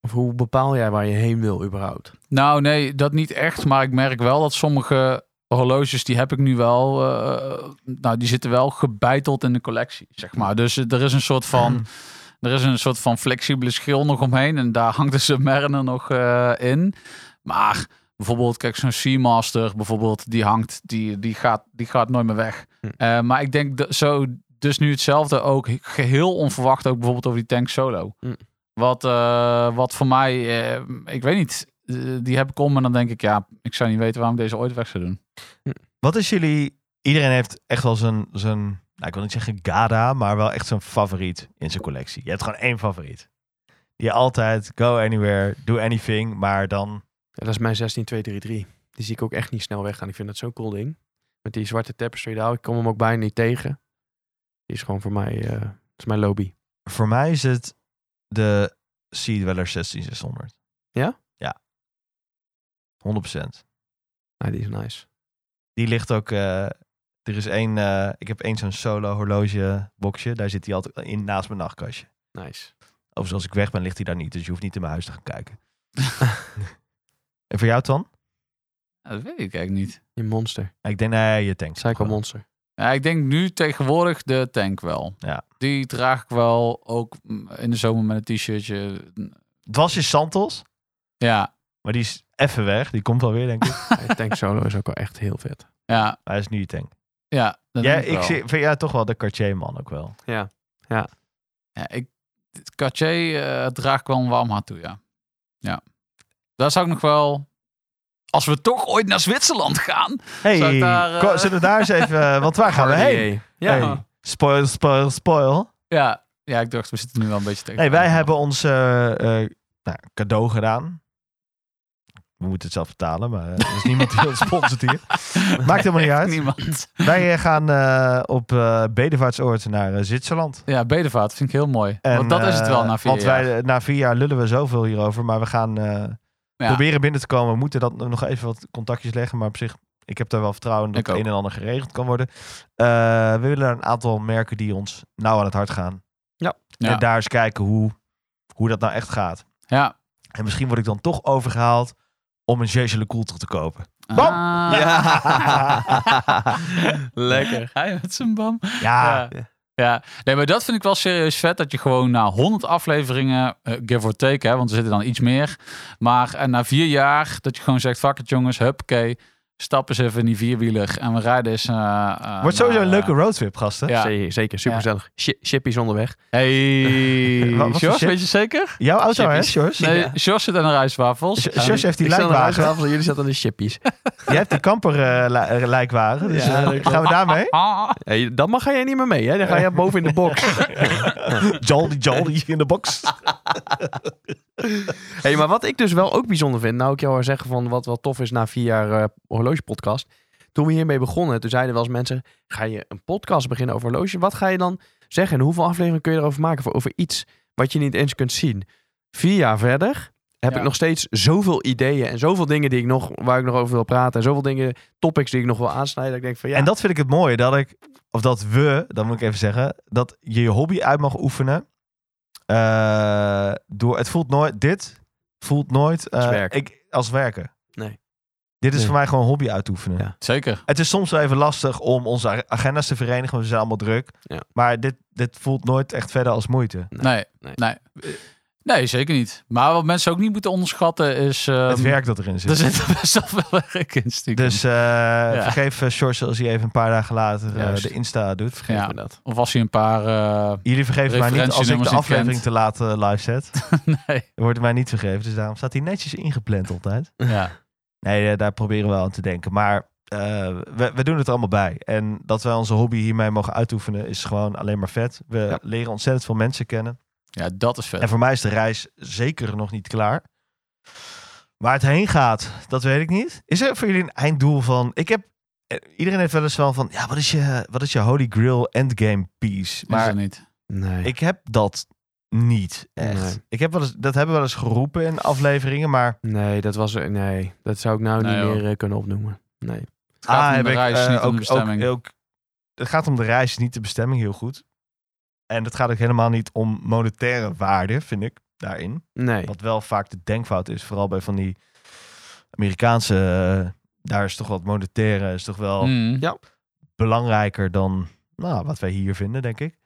of hoe bepaal jij waar je heen wil überhaupt? Nou, nee, dat niet echt. Maar ik merk wel dat sommige horloges, die heb ik nu wel. eh, nou, die zitten wel gebeiteld in de collectie, zeg maar. Dus eh, er is een soort van. Er is een soort van flexibele schil nog omheen. En daar hangt de Submariner nog eh, in. Maar bijvoorbeeld, kijk, zo'n Seamaster bijvoorbeeld, die hangt, die, die, gaat, die gaat nooit meer weg. Hm. Eh, maar ik denk dat zo, dus nu hetzelfde ook, geheel onverwacht ook bijvoorbeeld over die tank solo. Hm. Wat, eh, wat voor mij, eh, ik weet niet, eh, die heb ik om en dan denk ik, ja, ik zou niet weten waarom ik deze ooit weg zou doen. Wat is jullie... Iedereen heeft echt wel zijn, zijn nou, ik wil niet zeggen gada, maar wel echt zijn favoriet in zijn collectie. Je hebt gewoon één favoriet. Die je altijd go anywhere, do anything, maar dan... Ja, dat is mijn 16233. Die zie ik ook echt niet snel weggaan. Ik vind dat zo'n cool ding. Met die zwarte tapestry daar. Ik kom hem ook bijna niet tegen. Die is gewoon voor mij, eh, dat is mijn lobby. Voor mij is het de Sea Dweller 16600. Ja? Ja. 100%. Ah, die is nice. Die ligt ook. eh, er is één. eh, ik heb één zo'n solo horlogeboxje. Daar zit die altijd in naast mijn nachtkastje. Nice. Overigens, als ik weg ben, ligt die daar niet. Dus je hoeft niet in mijn huis te gaan kijken. en voor jou, Tan? Ah, Ja, Dat weet ik eigenlijk niet. Je monster. Ik denk, nee, je tankt. Psycho Gewoon. monster. Ja, ik denk nu tegenwoordig de tank wel. Ja. Die draag ik wel ook mm, in de zomer met een t-shirtje. Het was je Santos, Ja, maar die is even weg. Die komt alweer, denk ik. Ja, Tank Solo is ook wel echt heel vet. ja, maar hij is nu je tank. ja. dat Ja, denk ik wel. zie, vind jij toch wel de Cartier-man ook wel. Ja, ik, het Cartier eh draag ik wel een warm hart toe, ja. Ja. Daar zou ik nog wel... Als we toch ooit naar Zwitserland gaan... Zou Hey, ik daar, eh, ko- zullen we daar eens even... eh, want waar gaan we heen? Ja. Hey, Spoil, spoil, spoil. Ja, ja, ik dacht, we zitten nu wel een beetje tegen. Nee, wij hebben ons eh, eh, nou, cadeau gedaan. We moeten het zelf betalen, maar eh, er is niemand die ons sponsort hier. Maakt helemaal niet uit. Niemand. Wij eh, gaan eh, op eh bedevaartsoord naar eh, Zwitserland. Ja, bedevaart vind ik heel mooi. En, want dat is het wel eh, na vier Want jaar. wij, eh, na vier jaar lullen we zoveel hierover, maar we gaan eh, proberen binnen te komen. We moeten dat nog even wat contactjes leggen, maar op zich, ik heb daar wel vertrouwen in dat Ik het ook. een en ander geregeld kan worden. Eh, we willen een aantal merken die ons nauw aan het hart gaan. Ja. En daar eens kijken hoe, hoe dat nou echt gaat. Ja. En misschien word ik dan toch overgehaald om een Jeetje Le Coultre te kopen. Bam! Ah. Lekker. Hij met zijn bam. Ja, Ja. Ja. nee, maar dat vind ik wel serieus vet. Dat je gewoon na 100 afleveringen, eh, give or take, hè, want er zitten dan iets meer. Maar en na vier jaar, dat je gewoon zegt: fuck it, jongens, huppakee. Stap eens even in die vierwieler en we rijden eens. eh, eh, wordt sowieso naar, Nou, een leuke eh, roadtrip, gasten. Ja. Zeker, zeker. Supergezellig. Shi- Shippies onderweg. Hey, Wat- wat voor Sjors, shit? weet je zeker? Jouw auto, hè, Chippies. Sjors? Nee, Ja. Sjors zit aan de rijstwafels. Eh, Sj- En- Sjors heeft die Ik zat aan de lijkwagen. rijstwafel en jullie zaten aan de shippies. Jij hebt die kamper eh, li- eh, lijkwagen. Dus Ja, eh, dat klopt. gaan we daarmee? Ah. Hey, dan mag jij niet meer mee. Hè? Dan ga jij boven in de box. Jolly, jolly in de box. Hey, maar wat ik dus wel ook bijzonder vind, nou ik jou al zeggen van wat wel tof is na vier jaar eh, horlogepodcast. Toen we hiermee begonnen, toen zeiden wel eens mensen, ga je een podcast beginnen over horloge? Wat ga je dan zeggen? En hoeveel afleveringen kun je erover maken voor, over iets wat je niet eens kunt zien? Vier jaar verder heb Ja. ik nog steeds zoveel ideeën en zoveel dingen die ik nog, waar ik nog over wil praten. En zoveel dingen, topics die ik nog wil aansnijden. Dat ik denk van ja, En dat vind ik het mooie, dat ik, of dat we, dan moet ik even zeggen, dat je je hobby uit mag oefenen. eh, door, het voelt nooit, dit voelt nooit eh, Als werk. Ik, als werken. Nee. Dit is Nee. voor mij gewoon hobby uitoefenen. Ja. Zeker. Het is soms wel even lastig om onze ag- agenda's te verenigen, want we zijn allemaal druk. Ja. Maar dit, dit voelt nooit echt verder als moeite. Nee, nee. nee. nee. zeker niet. Maar wat mensen ook niet moeten onderschatten is... ehm, het werk dat erin zit. Er zit best wel veel werk in stiekem. Dus eh vergeef eh, Sjors als hij even een paar dagen later eh, Juist. de Insta doet. geef ja. me dat. Of als hij een paar... eh, Jullie vergeven mij niet als ik de Referentienummers niet aflevering kent. te laat eh, live zet. nee. Dat wordt mij niet vergeven, dus daarom staat hij netjes ingepland altijd. Ja. Nee, eh, daar proberen we wel aan te denken. Maar eh, we, we doen het er allemaal bij. En dat wij onze hobby hiermee mogen uitoefenen is gewoon alleen maar vet. We Ja. leren ontzettend veel mensen kennen. ja, dat is En vet. voor mij is de reis zeker nog niet klaar. Waar het heen gaat, dat weet ik niet. Is er voor jullie een einddoel van... Ik heb, eh, iedereen heeft wel eens wel van... Ja, wat is je, wat is je Holy Grail endgame piece? Maar Maar niet. Nee. ik heb dat niet echt. Nee. Ik heb wel eens, dat hebben we wel eens geroepen in afleveringen, maar Nee, dat was er. Nee, dat zou ik nou Nee, niet joh. meer eh, kunnen opnoemen. Nee. gaat om heb de ik, reis, eh, niet om de ook- ook- bestemming. ook- het gaat om de reis, niet de bestemming, heel goed. En het gaat ook helemaal niet om monetaire waarde, vind ik, daarin. Nee. Wat wel vaak de denkfout is, vooral bij van die Amerikaanse. eh, daar is toch wat monetaire, is toch wel Mm. Ja. belangrijker dan nou, wat wij hier vinden, denk ik.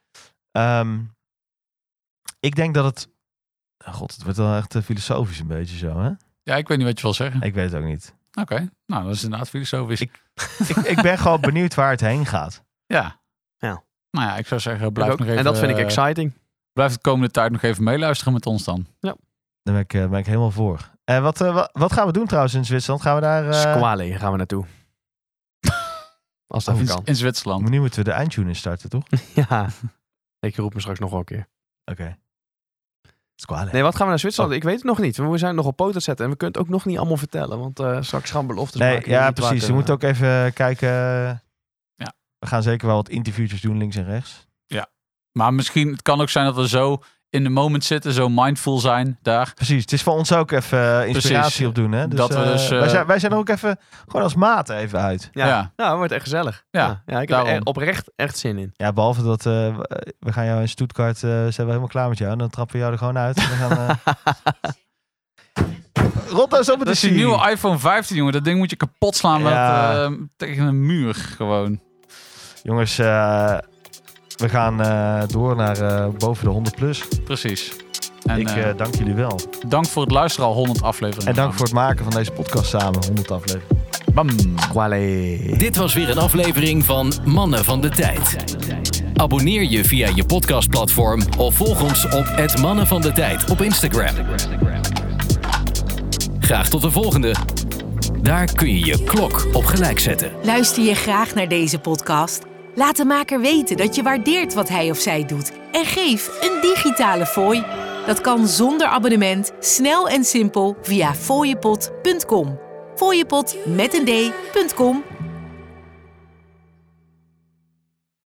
Ehm, ik denk dat het. Ah, God, het wordt wel echt eh, filosofisch een beetje zo, hè? Ja, ik weet niet wat je wil zeggen. Ik weet het ook niet. Oké, nou, dat is inderdaad filosofisch. Ik- ik, ik ben gewoon benieuwd waar het heen gaat. ja. Ja. Nou ja, ik zou zeggen, blijf Ik ook. nog even... en dat vind ik eh, exciting. Blijf de komende tijd nog even meeluisteren met ons dan. Daar ben ik, eh, ben ik helemaal voor. En wat, eh, wa- wat gaan we doen trouwens in Zwitserland? Gaan we daar... eh, Squale gaan we naartoe. Als dat Oh, even In, kan. in Zwitserland. Nu moeten we de eindtune starten, toch? Oké. Ja. Ik roep me straks nog wel een keer. Squale. Nee, wat gaan we naar Zwitserland? Ik weet het nog niet. We zijn nog op poten aan het zetten. En we kunnen het ook nog niet allemaal vertellen. Want eh, straks gaan beloftes Nee, maken. die ja, niet waar precies. Je kunnen. moet ook even eh, kijken. Ja. We gaan zeker wel wat interviewtjes doen, links en rechts. Maar misschien, het kan ook zijn dat we zo in de moment zitten, zo mindful zijn daar. Precies. Het is voor ons ook even eh, Precies. inspiratie op doen. Hè? Dus, Dat we eh, dus, eh, wij, zijn, wij zijn er ook even gewoon als maat even uit. Ja. Ja. Nou, het wordt echt gezellig. Ja, ja, ik heb daarom. er oprecht echt zin in. Ja, behalve dat eh, we- we gaan jou in Stuttgart, eh, zijn we helemaal klaar met jou. En dan trappen we jou er gewoon uit. En we gaan, eh Rotterdam zo met Dat de is Dus die Siri. nieuwe iPhone 15, jongen. Dat ding moet je kapot slaan met, Ja. eh, tegen een muur gewoon. Jongens, eh, we gaan eh, door naar eh, boven de 100 plus. Precies. En Ik eh, eh, dank jullie wel. dank voor het luisteren al 100 afleveringen. En dank voor het maken van deze podcast samen, 100 afleveringen. Bam. Squale. Dit was weer een aflevering van Mannen van de Tijd. Abonneer je via je podcastplatform of volg ons op het Mannen van de Tijd op Instagram. Graag tot de volgende. Daar kun je je klok op gelijk zetten. Luister je graag naar deze podcast? Laat de maker weten dat je waardeert wat hij of zij doet en geef een digitale fooi. Dat kan zonder abonnement, snel en simpel via fooiepot.com. Fooiepot met een d.com